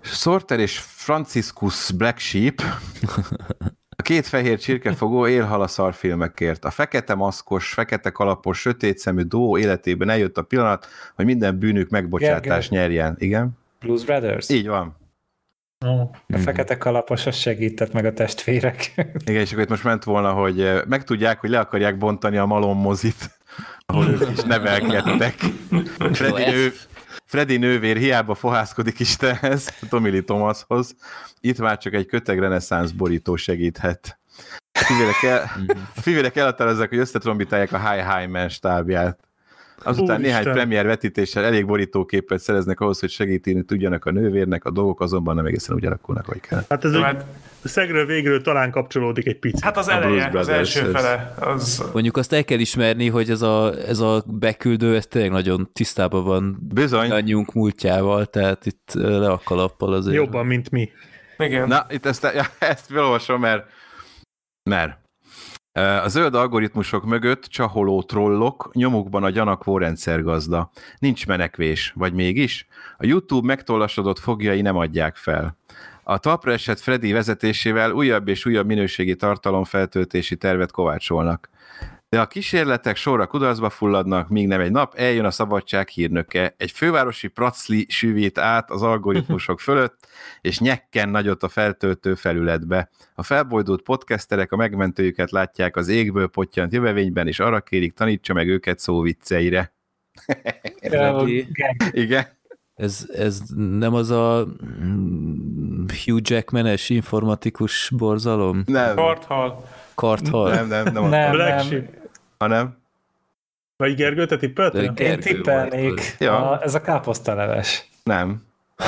Sorter és Franciscus Black Sheep, a két fehér csirkefogó élhal a szarfilmekért. A fekete maszkos, fekete kalapos, sötét szemű duó életében eljött a pillanat, hogy minden bűnük megbocsátást nyerjen. Igen?
Blues Brothers?
Így van.
Ó,
A fekete kalapos, az segített meg a testvérek.
Igen, és akkor itt most ment volna, hogy eh, megtudják, hogy le akarják bontani a Malon mozit, ahol ők is nevelkedtek. Freddy, nő, Freddy nővér hiába fohászkodik Istenhez, Tomili Thomashoz. Itt már csak egy köteg reneszánsz borító segíthet. A fivérek, el, a fivérek elhatározzák, hogy összetrombitálják a High High Man stábját. Azután
Úristen.
néhány premier vetítéssel elég borítóképet szereznek ahhoz, hogy segíteni tudjanak a nővérnek, a dolgok azonban nem egészen úgy alakulnak, ahogy kell.
Hát ez úgy
hát,
szegről végről talán kapcsolódik egy picit.
hát az
A Blues
eleje, az
Brothers,
első
ez-
fele. Az,
Mondjuk azt el kell ismerni, hogy ez a, ez a beküldő, ez tényleg nagyon tisztában van
Bizony,
anyunk múltjával, tehát itt ö, le a kalappal azért.
Jobban, mint mi.
igen.
Na, itt ezt, ja, ezt felolvasom, mert, mert Ö, a zöld algoritmusok mögött csaholó trollok, nyomukban a gyanakvó rendszergazda. Nincs menekvés, vagy mégis? A YouTube megtollasodott fogjai nem adják fel. A talpra esett Freddy vezetésével újabb és újabb minőségi tartalomfeltöltési tervet kovácsolnak. De a kísérletek sorra kudarcba fulladnak, míg nem egy nap eljön a szabadság hírnöke. Egy fővárosi pracli sűvít át az algoritmusok fölött, és nyekken nagyot a feltöltő felületbe. A felbojdult podcasterek a megmentőjüket látják az égből potyant jövevényben, és arra kérik, tanítsa meg őket szóvicceire.
Freddy.
Igen.
Ez, ez nem az a mm, Hugh Jackman-es informatikus borzalom?
Nem.
Karthal.
Karthal?
Nem, nem, nem. nem.
Nem,
Black
nem.
Sheep.
Hanem.
Vagy Gergő, te tippeltél?
Gergő
Én
volt.
tippelnék.
Ja.
A, ez a káposztaleves.
Nem.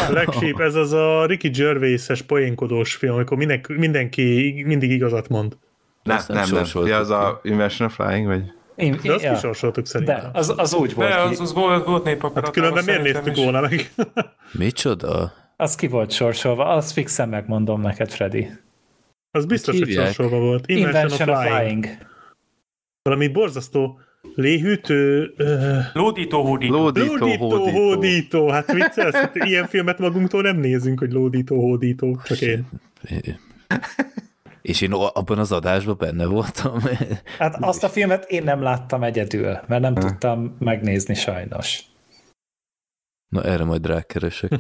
Black Sheep, ez az a Ricky Gervais-es poénkodós film, amikor mindenki, mindenki mindig igazat mond.
Nem,
Azt nem
nem, nem.
sorsoltuk
Ti az
ki.
a Invention of Flying, vagy?
Én,
De azt
ja.
kisorsoltuk
De
szerintem.
az, az úgy volt
De
ki.
az, az volt, volt népakarat.
Hát különben miért néztük volna meg?
Micsoda?
Az ki volt sorsolva, az fixen megmondom neked, Freddy.
Az biztos, hogy
hívják?
sorsolva volt. Invention, of Flying. Valami borzasztó léhűtő... ö,
Lódító hódító.
Lódító,
Lódító,
hódító.
hódító. Hát viccelsz, hát ilyen filmet magunktól nem nézünk, hogy lódító, hódító. Csak én.
És én o- abban az adásban benne voltam.
Hát azt a filmet én nem láttam egyedül, mert nem tudtam megnézni sajnos.
Na erre majd rákeresek.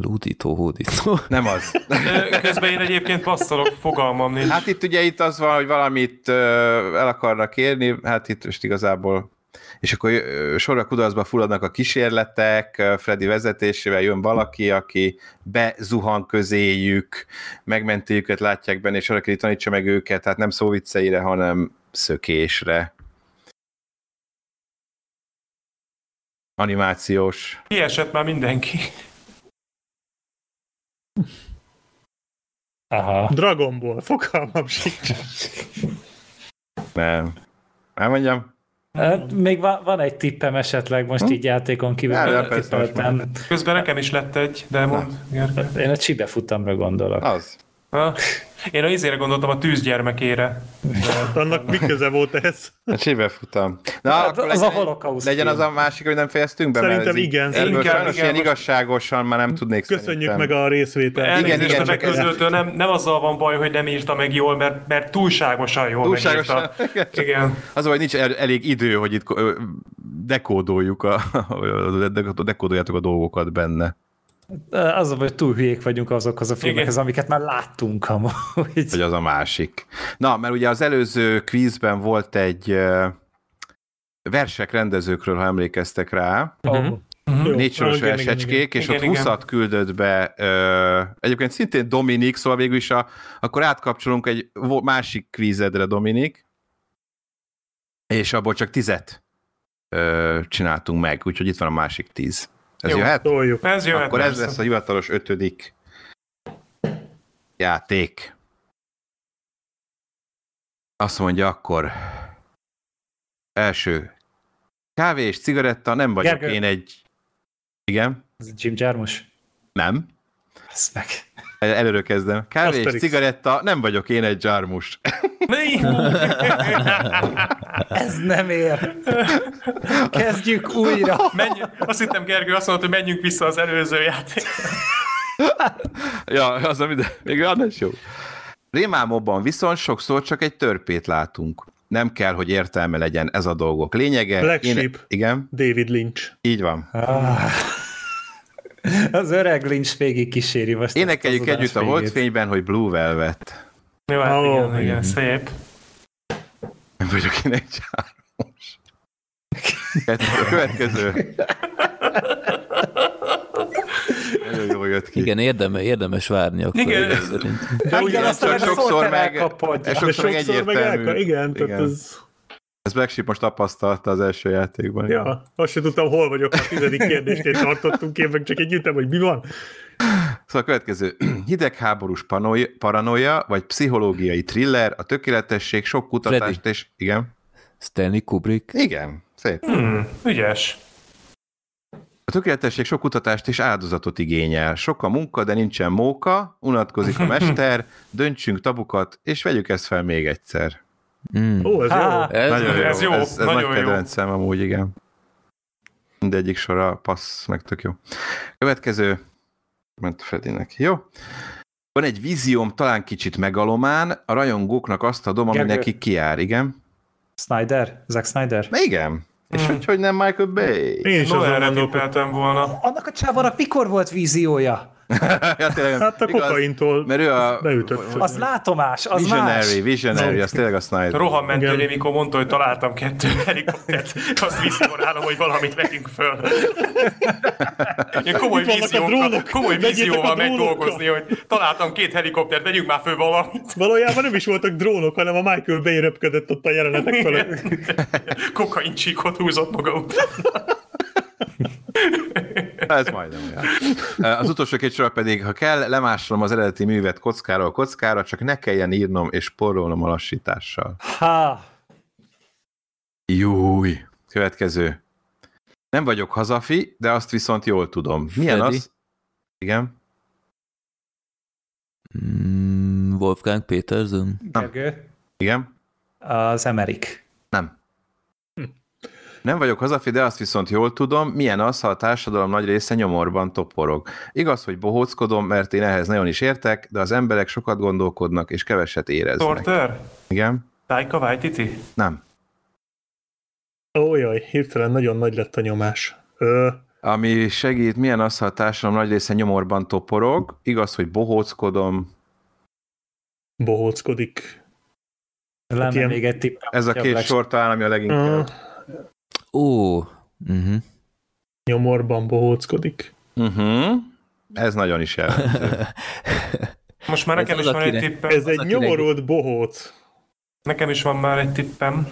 Lúdító, hódító.
Nem az.
Ö, Közben én egyébként passzolok, fogalmam nincs.
Hát itt ugye itt az van, hogy valamit ö, el akarnak érni, hát itt most igazából és akkor ö, sorra kudarcba fulladnak a kísérletek, ö, Freddy vezetésével jön valaki, aki bezuhan közéjük, megmenti őket, látják benne, és arra kell, hogy tanítsa meg őket, tehát nem szóvicceire, hanem szökésre. Animációs.
Kiesett már mindenki.
Aha.
Dragon Ball, fogalmam sincs.
Nem. Elmondjam?
Hát, még va- van egy tippem esetleg most így játékon kívül.
Hm? Ja,
nem
ja, persze,
tippeltem.
Közben nekem is lett egy, de mond, Gergő.
Én a csibe futamra gondolok.
Az.
Ha? Én a izére gondoltam a tűzgyermekére.
Hát Annak mi köze volt ez?
A csibe futam. Hát Na,
Hát
akkor
az
legyen,
a holokauszt
Legyen
film.
az a másik, hogy nem fejeztünk be, mert
Szerintem
ez így-
igen,
Ebből
Inkább,
inkább, sajnos
igen,
ilyen
most-
igazságosan már nem tudnék
Köszönjük
szerintem.
meg a részvételt.
Elnézést
igen,
a
csak ez-
beközöltől, nem, nem azzal van baj, hogy nem írta meg jól, mert, mert túlságosan jól
Túlságosan.
megírta. Igen.
Az, a baj, hogy nincs el- elég idő, hogy itt ö, dekódoljuk a, dekódoljátok a dolgokat benne.
Az a baj, hogy túl hülyék vagyunk azokhoz a filmekhez, amiket már láttunk amúgy.
Vagy az a másik. Na, mert ugye az előző kvízben volt egy ö, versek rendezőkről, ha emlékeztek rá,
Ó,
Jó,
négy soros
igen, igen, igen.
versecskék, és
Igen,
ott
igen.
20 küldött be, ö, egyébként szintén Dominik, szóval végül is a, akkor átkapcsolunk egy vo- másik kvízedre, Dominik, és abból csak tizet ö, csináltunk meg, úgyhogy itt van a másik tíz. Ez
Jó.
jöhet?
Toljuk.
Ez jöhet.
Akkor ez
persze.
lesz a hivatalos ötödik játék. Azt mondja akkor, első, kávé és cigaretta, nem vagyok
Gergő.
én egy... Igen?
Ez Jim Jarmusch.
Nem.
Ez meg.
El- Előről kezdem. Kávé és
Asterix.
cigaretta, nem vagyok én egy zsármus.
Mi?
Ez nem ér. Kezdjük újra.
Menj, azt hittem Gergő azt mondta, hogy menjünk vissza az előző játék.
ja, az a minden. Még annál is jó. Rémálmokban viszont sokszor csak egy törpét látunk. Nem kell, hogy értelme legyen ez a dolgok lényege.
Black
én...
Sheep.
Igen,
David Lynch.
így van.
Ah. Az öreg Lynch végig kíséri most.
Énekeljük
ezt az adás
együtt a
végét.
holdfényben, hogy Blue Velvet.
Jó, hát
Ó,
igen, igen, szép.
Nem vagyok én egy zsármus. Kettő- A következő. Nagyon jól jött ki.
Igen, érdeme, érdemes várni akkor.
Igen.
Igen. Szerint.
Hát igen,
Igen,
aztán
csak
meg a
sokszor
szót
meg-
elkapod.
Ez
De
sokszor, meg
sokszor meg
egyértelmű.
elka- igen, igen, tehát ez...
Ez Black Sheep most tapasztalta az első játékban.
Ja, azt sem tudtam, hol vagyok, a tizedik kérdésnél tartottunk, én meg csak egy ütem, hogy mi van.
Szóval a következő. Hidegháborús panoi- paranoia, vagy pszichológiai thriller, a tökéletesség, sok kutatást
Freddy.
és... Igen?
Stanley Kubrick.
Igen, szép.
Hmm, ügyes.
A tökéletesség sok kutatást és áldozatot igényel. Sok a munka, de nincsen móka, unatkozik a mester, döntsünk tabukat, és vegyük ezt fel még egyszer.
Mm.
Ó, ez
Há.
jó.
Ez,
nagyon
ez jó,
ez, ez
nagyon
nagy
jó.
kedvencem amúgy, igen. Mindegyik sora passz, meg tök jó. Következő, ment Fredinek, jó? Van egy vízióm, talán kicsit megalomán, a rajongóknak azt adom, ami
Gergő.
nekik kiár, igen?
Snyder? Zack Snyder?
Na igen. És
Hmm.
hogy, hogy nem Michael Bay?
Hát,
Én is azon
Noelre
gondolkodtam.
tippeltem volna.
Annak a csávának mikor volt víziója?
ja, tényleg,
Hát a
igaz,
kokaintól
Mert ő a
beütött.
Az látomás, az
visionary,
más.
visionary, az tényleg a Snyder.
Rohan ment
Igen.
tőle, mikor mondta, hogy találtam kettő helikoptert, azt visszaforálom, hogy valamit vegyünk föl. Ilyen komoly
Itt vannak a
víziókkal,
drónok,
komoly
vegyétek
vízióval
a
megy
drónokkal.
dolgozni, hogy találtam két helikoptert, vegyünk már föl valamit.
Valójában nem is voltak drónok, hanem a Michael Bay röpködött ott a jelenetek fölött.
Kokaincsíkot húzott maga után.
Ez majdnem olyan. Az utolsó két sor pedig, ha kell, lemásolom az eredeti művet kockáról kockára, csak ne kelljen írnom és porolnom a lassítással.
Há,
Júj! Következő. Nem vagyok hazafi, de azt viszont jól tudom. Milyen
Freddy?
az? Igen.
Mm, Wolfgang Petersen.
Gergő.
Igen.
Az Emerik.
Nem. Nem vagyok hazafi, de azt viszont jól tudom, milyen az, ha a társadalom nagy része nyomorban toporog. Igaz, hogy bohóckodom, mert én ehhez nagyon is értek, de az emberek sokat gondolkodnak és keveset éreznek.
Tortör?
Igen?
Taika Waititi?
Nem.
Ó, jaj, hirtelen nagyon nagy lett a nyomás. Ö,
Ami segít, milyen az, ha a társadalom nagy része nyomorban toporog. Igaz, hogy bohóckodom,
bohóckodik.
Lenne
ilyen-
még egy tipp.
ez a
Ja,
két
Black-
sor talán, ami a leginkább.
Ö,
Ó, uh-huh.
nyomorban bohóckodik.
Uh-huh. Ez nagyon is jelent.
Most már
Ez
nekem
az,
is van egy
akinek-
tippem.
Ez
az,
egy
akinek-
nyomorult bohóc.
Nekem is van már egy tippem.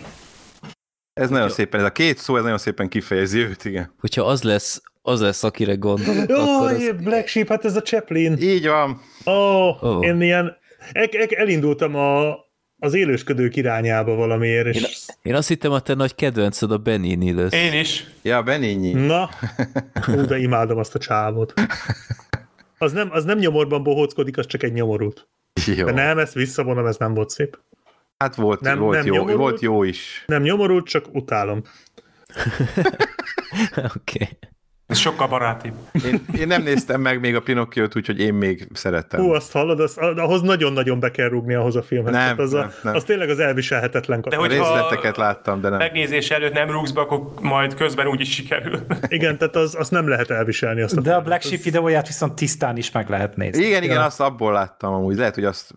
Ez nagyon szépen, ez a két szó, ez nagyon szépen kifejezi őt, igen.
Hogyha az lesz, az lesz, akire gondolok,
Ó,
akkor az...
Black Sheep, hát ez a Chaplin.
Így van.
Ó,
Ó.
oh. én ilyen, ek, ek, elindultam a, az élősködők irányába valamiért, és
Én azt hittem, a te nagy kedvenced a Benini lesz.
Én is.
Ja, Benigni.
na, ú, de imádom azt a csávot. Az nem, az nem nyomorban bohóckodik, az csak egy nyomorult.
Jó.
De nem, ezt visszavonom, ez nem volt szép.
Hát volt, nem,
Nem-
volt,
nem
jó,
nyomorult?
volt jó is.
Nem nyomorult, csak utálom.
Oké. Okay.
Ez sokkal barátibb.
Én, én nem néztem meg még a Pinocchiót, úgyhogy én még szerettem.
Hú, azt hallod, az, ahhoz nagyon-nagyon be kell rúgni ahhoz a filmhez.
Nem,
Tehát az,
nem,
a,
nem.
az tényleg az elviselhetetlen
De
a
hogy- hogyha-
részleteket láttam, de nem.
Megnézés előtt nem rúgsz be, akkor majd közben úgy is sikerül.
Igen, tehát az, azt nem lehet elviselni. Azt
De a
filmet.
Black Sheep videóját viszont tisztán is meg lehet nézni.
Igen, igen, azt abból láttam amúgy. Lehet, hogy azt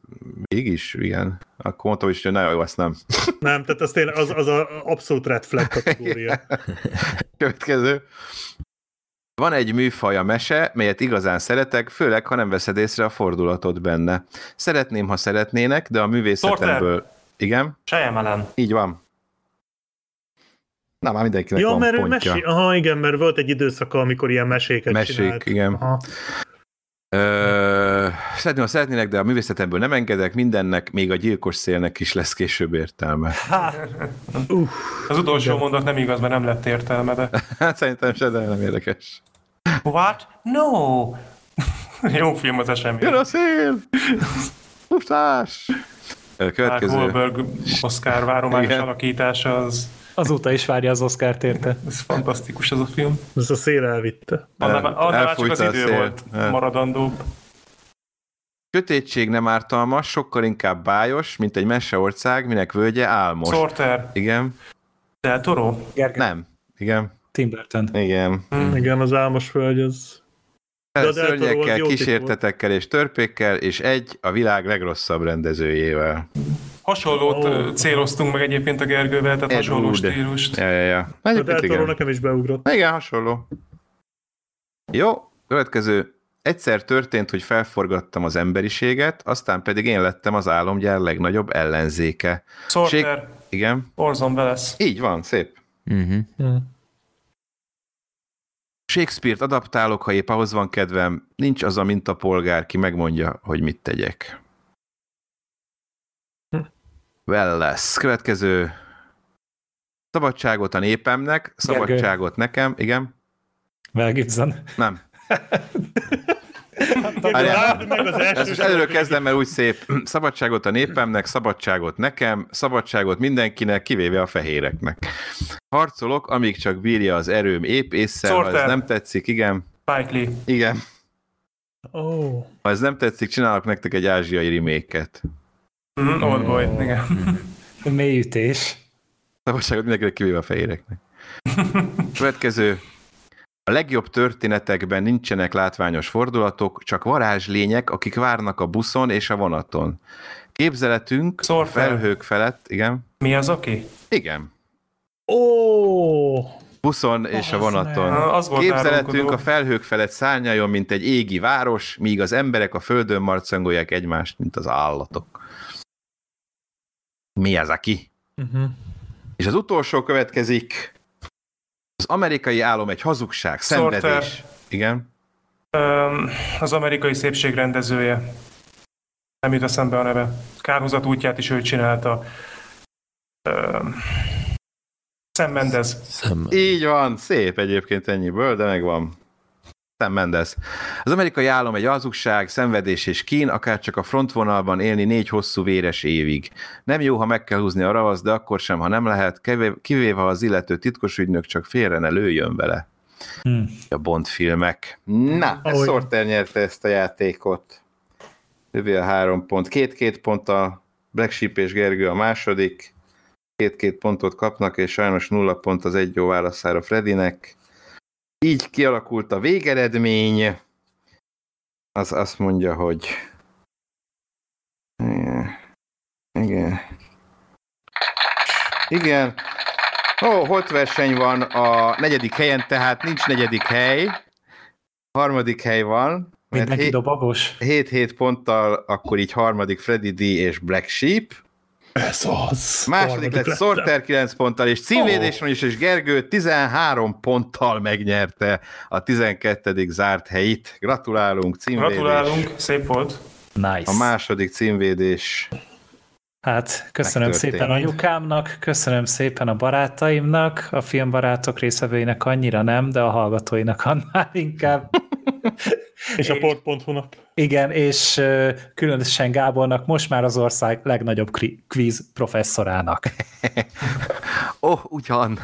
mégis, igen. Akkor mondtam is, hogy na jó, azt nem.
Nem, tehát az tényleg az, az a abszolút red flag kategória.
Következő. Van egy műfaj a mese, melyet igazán szeretek, főleg, ha nem veszed észre a fordulatot benne. Szeretném, ha szeretnének, de a művészetemből... Igen,
Sejemelen.
így van. Na, már mindenkinek
ja,
van
mert ő
pontja.
mesé... Aha, igen, mert volt egy időszaka, amikor ilyen meséket
Mesék,
csinált.
igen.
Aha.
Ö, szeretném, ha szeretnének, de a művészetemből nem engedek, mindennek, még a gyilkos szélnek is lesz később értelme.
Az utolsó mondat nem igaz, mert nem lett értelme, de...
Hát szerintem se, de nem érdekes.
What? No! Jó film az esemény.
Jön a szél! Pusztás! Ö,
Mark
Következő.
Wahlberg Oscar várományos
Igen.
alakítása, az,
Azóta is várja az Oscar-t érte.
az fantasztikus az a film.
Ez a szél elvitte.
Annál
El-
már- annál már csak
elfújta
az
a
idő
szél.
volt
Hát.
maradandóbb.
Kötétség nem ártalmas, sokkal inkább bájos, mint egy meseország, minek völgye álmos.
Sorter,
Igen?
Del Toro.
Gergely
Nem. Igen?
Tim Burton.
Igen.
Igen, az álmos föld, az... De a Del Toro az
Szörnyekkel,
jó tipp
kísértetekkel és törpékkel, és egy a világ legrosszabb rendezőjével.
Hasonlót
Ó.
ö, céloztunk meg egyébként a Gergővel, tehát
Ed
hasonló
Wood.
stílust.
Ja, ja, ja.
A
Egyébként
Del Toro
Hát igen.
hát nekem is beugrott.
Na Igen, hasonló. Jó, következő. Egyszer történt, hogy felforgattam az emberiséget, aztán pedig én lettem az álomgyár legnagyobb ellenzéke.
Sorter,
Igen,
Orson Welles.
így van, szép.
Uh-huh.
Hmm.
Shakespeare-t adaptálok, ha épp ahhoz van kedvem, nincs az a mintapolgár, ki megmondja, hogy mit tegyek. Well lesz. Következő. Szabadságot a népemnek, szabadságot nekem, igen?
Mel Gibson.
Nem.
Várd meg az
Ezt Hát, most
első
előről kezdem, mert úgy szép. Szabadságot a népemnek, szabadságot nekem, szabadságot mindenkinek, kivéve a fehéreknek. Harcolok, amíg csak bírja az erőm épp észre, ha ez
Sorter.
nem tetszik, igen,
Spike Lee.
igen.
Ó,
Oh.
Ha ez nem tetszik, csinálok nektek egy ázsiai riméket.
Mm, old boy, igen.
Mély ütés.
Szabadságot mindenkinek, kivéve a fehéreknek. Következő. A legjobb történetekben nincsenek látványos fordulatok, csak varázslények, akik várnak a buszon és a vonaton. Képzeletünk a
Szor fel.
felhők felett, igen,
Mi az aki?
igen,
Oh.
ó,
Buszon és a
Bazd
vonaton.
meg. Az volt
Képzeletünk
árulkodó.
a felhők felett szárnyaljon, mint egy égi város, míg az emberek a földön marcangolják egymást, mint az állatok. Mi ez aki?
Mhm.
És az utolsó következik. Az amerikai álom egy hazugság,
Sorter.
szenvedés. Igen.
Öm, az amerikai szépség rendezője. Nem jut eszembe a neve. Kárhozat útját is ő csinálta. Öm, Sam Mendes.
Szem.
Így van, szép egyébként ennyiből, de megvan. Sam Mendes. Az amerikai állam egy azugság, szenvedés és kín, akár csak a frontvonalban élni négy hosszú véres évig. Nem jó, ha meg kell húzni a ravaszt, de akkor sem, ha nem lehet, kevé- kivéve ha az illető titkos ügynök csak félre ne lőjön vele.
Hmm.
A Bond filmek. Na, ez
Ahogy-
Sorter nyerte ezt a játékot. Lövi a három pont. Két-két pont a Black Sheep és Gergő a második. Két-két pontot kapnak, és sajnos nulla pont az egy jó válaszára Fredinek. Így kialakult a végeredmény. Az azt mondja, hogy... Igen. Igen. Igen. Ó, hot verseny van a negyedik helyen, tehát nincs negyedik hely. Harmadik hely van. mert
Mindenki
hé-
dobagos.
7-7 ponttal, akkor így harmadik Freddy D és Black Sheep.
Ez az.
Második
Harmadik
lett
lettem.
Sorter 9 ponttal, és címvédésen is, és Gergő 13 ponttal megnyerte a 12. zárt helyit. Gratulálunk, címvédés.
Gratulálunk, szép volt.
Nice.
A második címvédés.
Hát köszönöm
Megtörtént.
szépen anyukámnak, köszönöm szépen a barátaimnak, a filmbarátok részeveinek annyira nem, de a hallgatóinak annál inkább.
És a port.hu-nak.
Igen, és ö, különösen Gábornak most már az ország legnagyobb kri- kvíz professzorának.
Ó, oh, ugyan.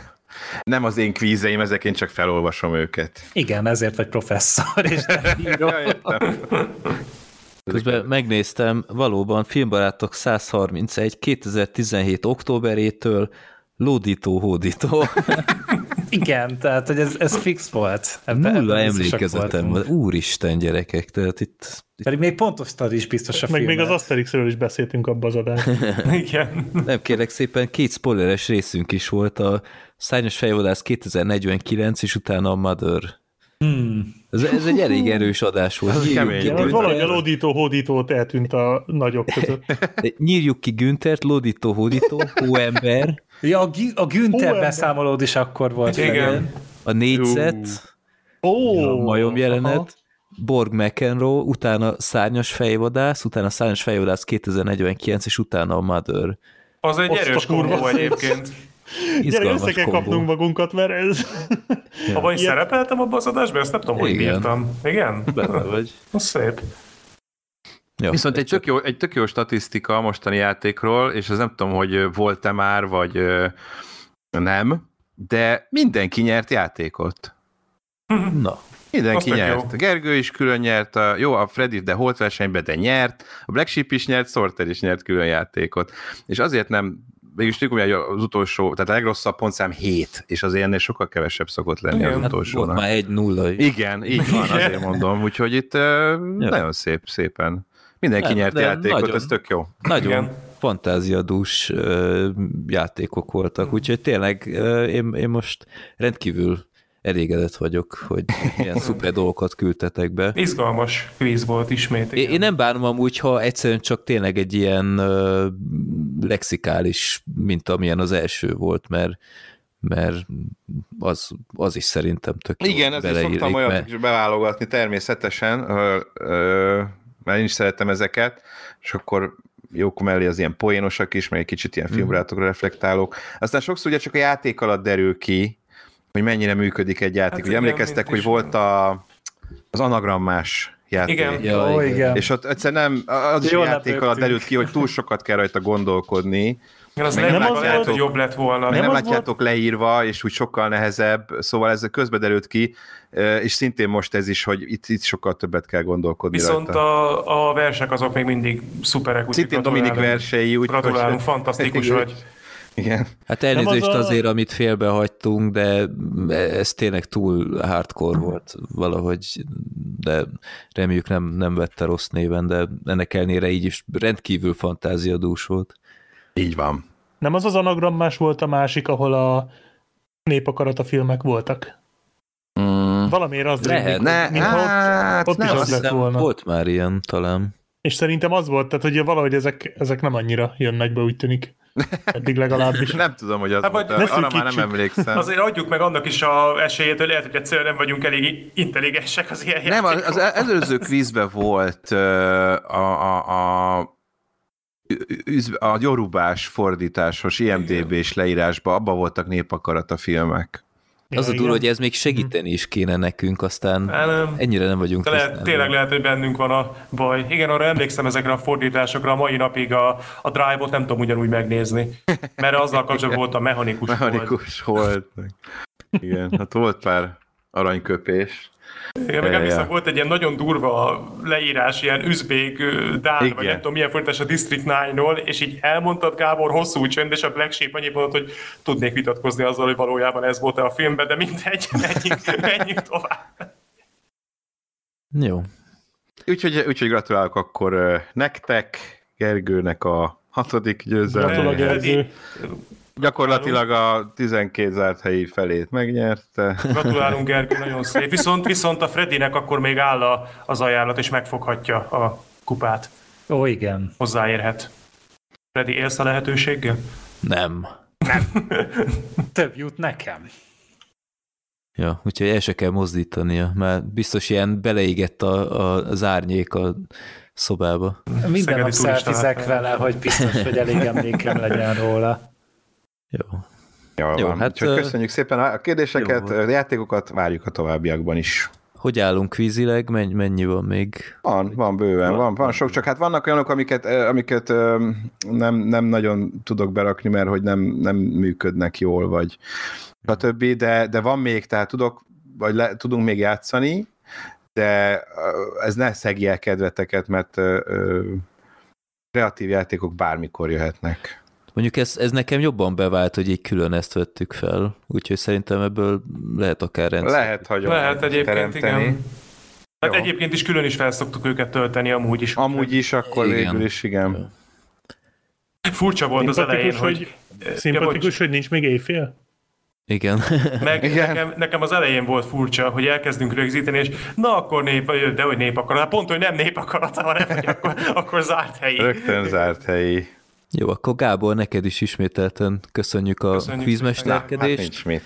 Nem az én kvízeim, ezek én csak felolvasom őket.
Igen, ezért vagy professzor, és nem író.
Ja, értem.
Közben megnéztem, valóban filmbarátok 131 2017 októberétől lódító hódító.
Igen, tehát hogy ez, ez fix volt. Ebben-
Nulla
ebben biztosak
emlékezetem
voltunk.
van. Úristen gyerekek, tehát itt, itt
Pedig még pontoztad is biztos a
Meg még
filmet.
az Asterixről is beszéltünk abban az adásban.
Igen.
nem kérlek szépen, két spoileres részünk is volt, a Szárnyas fejvadász 2049 és utána a Mother. Hmm. Ez, ez egy elég erős adás volt.
kemény
Nyírjuk ki
volt.
Günther-
Valahogy a lódító hódítót eltűnt a nagyok között.
Nyírjuk ki Güntert, lódító, hódító, hóember,
Ja, a, Gü- a Günther
Hú,
beszámolód is akkor volt. Feri.
Igen.
a négyzet,
Ó,
a majom
aha.
jelenet, Borg McEnroe, utána Szárnyas fejvadász, utána Szárnyas fejvadász 2049, és utána a Mother.
Az egy
Azt a
erős
kurva
kombó
szép.
egyébként.
Gyere,
Izgalmas
össze kell
kombó.
kapnunk magunkat, mert ez...
Abban is
Ilyen-
szerepeltem abban az adásban? Ezt nem tudom, hogy
Igen.
bírtam. Igen?
Benne vagy.
Az szép.
Jó.
Viszont egy tök, jó, egy tök jó statisztika a mostani játékról, és ez nem tudom, hogy volt-e már, vagy ö, nem, de mindenki nyert játékot.
Na,
Mindenki
Az tök
nyert.
jó.
Gergő is külön nyert, a, jó, a Freddy, de holt versenyben, de nyert, a Black Sheep is nyert, Sorter is nyert külön játékot. És azért nem, mégis tudjuk, hogy az utolsó, tehát a legrosszabb pontszám 7, és azért ennél sokkal kevesebb szokott lenni az
Igen.
hát volt
utolsónak.
már egy nulla.
Igen, így van, azért mondom. Úgyhogy itt ö, nagyon szép, szépen. Mindenki
Nem,
nyert
de
játékot,
nagyon.
ez tök jó.
Nagyon
Igen.
Igen. fantáziadús ö, játékok voltak, úgyhogy tényleg ö, én, én most rendkívül elégedett vagyok, hogy ilyen szuper dolgokat küldtetek be.
Izgalmas kvíz volt ismét.
Én
igen.
én nem bánom amúgy, ha egyszerűen csak tényleg egy ilyen ö, lexikális, mint amilyen az első volt, mert mert az, az is szerintem tök jó
Igen, ezért
beleillik,
szoktam olyat
mert-
is beválogatni természetesen, ö, ö, mert én is szeretem ezeket, és akkor jók mellé az ilyen poénosak is, meg egy kicsit ilyen filmbarátokra reflektálok. Aztán sokszor ugye csak a játék alatt derül ki, hogy mennyire működik egy játék.
Hát
Hát ugye
igen,
emlékeztek,
mint
hogy
is.
volt a, az anagrammás játék.
Igen.
Ja,
Ó,
igen.
igen.
És ott egyszerűen nem, az is a
Jól
játék alatt
lebegtünk.
derült ki, hogy túl sokat kell rajta gondolkodni,
Igen, az
Meg
nem
nem
lehet,
az
lehet,
volt-
hogy jobb lett volna.
meg nem
az
látjátok leírva, és úgy sokkal nehezebb, szóval ez közbe derült ki, ö, és szintén most ez is, hogy itt, itt sokkal többet kell gondolkodni
Viszont
rajta.
a, a versek azok még mindig szuperek. úgyhogy
Szintén Dominik
gratulálunk.
versei, úgy
Gratulálunk, fantasztikus
Igen.
vagy.
Igen.
Hát elnézést
az a-
azért, amit félbehagytunk, de ez tényleg túl hardcore volt valahogy, de reméljük nem, nem vette rossz néven, de ennek ellenére így is rendkívül fantáziadús volt.
Így van.
Nem az az anagrammás volt a másik, ahol a népakarata filmek voltak.
Mm.
Valamiért az
Lehet.
rémlik,
Ne,
mintha ott,
hát,
ott is
nem,
Azt
az
azt-
lett
hiszem,
volna.
Volt már ilyen talán.
és szerintem az volt, tehát hogy valahogy ezek, ezek nem annyira jönnek be, úgy tűnik. Eddig legalábbis.
nem tudom, hogy az
Hát
volt,
vagy
arra
ne
már nem
szűkítsük.
emlékszem.
Azért adjuk meg annak is a esélyét, hogy lehet, hogy egyszerűen nem vagyunk elég intelligensek az ilyen
Nem, az,
játékok.
az előző kvízbe volt ö, a, a, a üz- a jorubás fordításos IMDB-s leírásban, abban voltak népakarata filmek.
Ja, az a durva, hogy ez
Mhm.
még segíteni is kéne nekünk, aztán
Nem.
ennyire nem vagyunk.
Hát, De lehet,
tisztában.
tényleg lehet, hogy bennünk van a baj. Igen, arra emlékszem ezekre a fordításokra, a mai napig a, a drive-ot nem tudom ugyanúgy megnézni, mert azzal kapcsolatban volt a mechanikus. volt.
Mechanikus hold. Igen, hát volt pár aranyköpés.
Igen, meg emlékszem,
Ja.
volt egy ilyen nagyon durva leírás, ilyen üzbék, ö, dán,
Igen.
vagy nem tudom milyen fordítás a District 9-ól, és így elmondtad Gábor hosszú csönd, és a Black Sheep annyit mondott, hogy tudnék vitatkozni azzal, hogy valójában ez volt-e a filmben, de mindegy, menjünk, menjünk tovább.
Jó.
Úgyhogy, úgyhogy gratulálok akkor ö, nektek, Gergőnek a hatodik
Gratulok,
győzelme.
Gergő.
Freddy,
Gyakorlatilag a 12 zárt helyi felét megnyerte.
Gratulálunk Gergő, nagyon szép. Viszont, viszont a Freddynek akkor még áll a, az ajánlat, és megfoghatja a kupát.
Ó, igen.
Hozzáérhet. Freddy, élsz a lehetőséggel?
Nem.
Több jut nekem.
Ja, úgyhogy el se kell mozdítania, mert biztos ilyen beleégett a, a, az árnyék a szobába.
Minden
Szegedi
nap
turista
szelfizek
látvány.
vele, hogy biztos, hogy elég emlékem legyen róla.
Jó.
Jól
Jó,
van.
hát,
Hát, Csak
ö,
köszönjük szépen a kérdéseket,
jó
a játékokat, várjuk a továbbiakban is.
Hogy állunk vízileg? Men, mennyi van még?
Van, van bőven, van, van sok, csak hát vannak olyanok, amiket, eh, amiket eh, nem, nem nagyon tudok berakni, mert hogy nem, nem működnek jól, vagy a többi, de, de van még, tehát tudok, vagy le, tudunk még játszani, de eh, ez ne szegje el kedveteket, mert eh, eh, kreatív játékok bármikor jöhetnek.
Mondjuk ez, ez nekem jobban bevált, hogy így külön ezt vettük fel, úgyhogy szerintem ebből lehet akár rendszer.
Lehet hagyom
Lehet egyébként, igen. Hát egyébként is külön is felszoktuk őket tölteni, amúgy is.
Amúgy is, akkor
Igen.
végül is, igen.
Furcsa volt az elején,
Szimpatikus,
hogy... eh,
hogy,
Ja,
szimpatikus,
bocs.
hogy nincs még éjfél?
Igen.
Meg
Igen.
nekem, nekem, az elején volt furcsa, hogy elkezdünk rögzíteni, és na akkor nép, de hogy nép akarat. Pont, hogy nem nép akarata, hanem hogy akkor, akkor zárt helyi.
Rögtön zárt helyi.
Jó, akkor Gábor, neked is ismételten köszönjük a
Köszönjük
Hát
kvízmesterkedést,
nincs mit.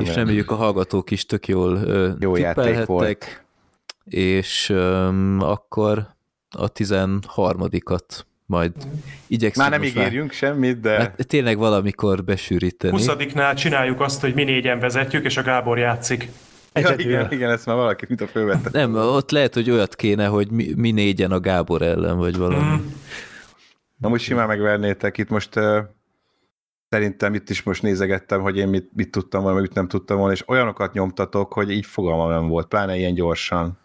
és reméljük a hallgatók is tök jól ö,
Jó játék
tippelhettek,
volt.
és öm, akkor a 13-at majd igyekszünk
Már nem
most már-
ígérjünk semmit, de...
Hát tényleg valamikor besűríteni.
20 csináljuk azt, hogy mi négyen vezetjük, és a Gábor játszik.
Ja,
Egyedül.
igen, igen, ezt már valaki mit a fölvette.
Nem, ott lehet, hogy olyat kéne, hogy mi, mi négyen a Gábor ellen, vagy
Mm.
valami.
Mhm. Na most simán megvernétek itt most ö, szerintem itt is most nézegettem, hogy én mit, mit tudtam volna, meg mit nem tudtam volna, és olyanokat nyomtatok, hogy így fogalmam nem volt, pláne ilyen gyorsan.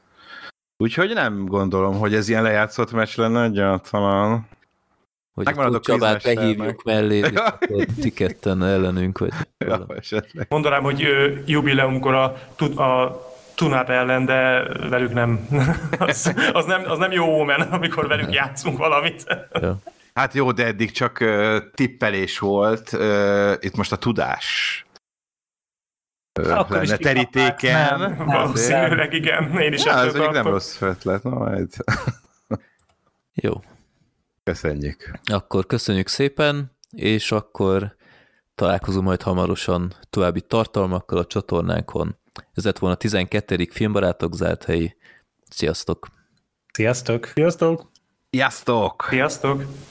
Úgyhogy nem gondolom, hogy ez ilyen lejátszott meccs lenne egyáltalán.
Hogy
Megmarad
a
a
Csabát
kvízmesternek.
behívjuk mellé, és
Ja.
akkor ti ketten ellenünk, vagy
Ja,
valami.
esetleg.
Mondanám, hogy ö, jubileumkor a, tu- a Tunáp ellen, de velük nem. Az, az, nem, az nem jó ómen, amikor velük játszunk valamit.
Ja.
Hát jó, de eddig csak ö, tippelés volt, ö, itt most a tudás. Ö,
Akkor is
lenne
kikapták,
terítéken.
nem?
Azért.
Valószínűleg igen, én is
Ja,
ettől
ez mondjuk nem
tartok.
rossz ötlet, na majd
Jó,
köszönjük.
akkor köszönjük szépen, és akkor találkozunk majd hamarosan további tartalmakkal a csatornánkon. Ez lett volna a 12. filmbarátok zárt helyi. Sziasztok!
Sziasztok!
Sziasztok!
Sziasztok!
Sziasztok!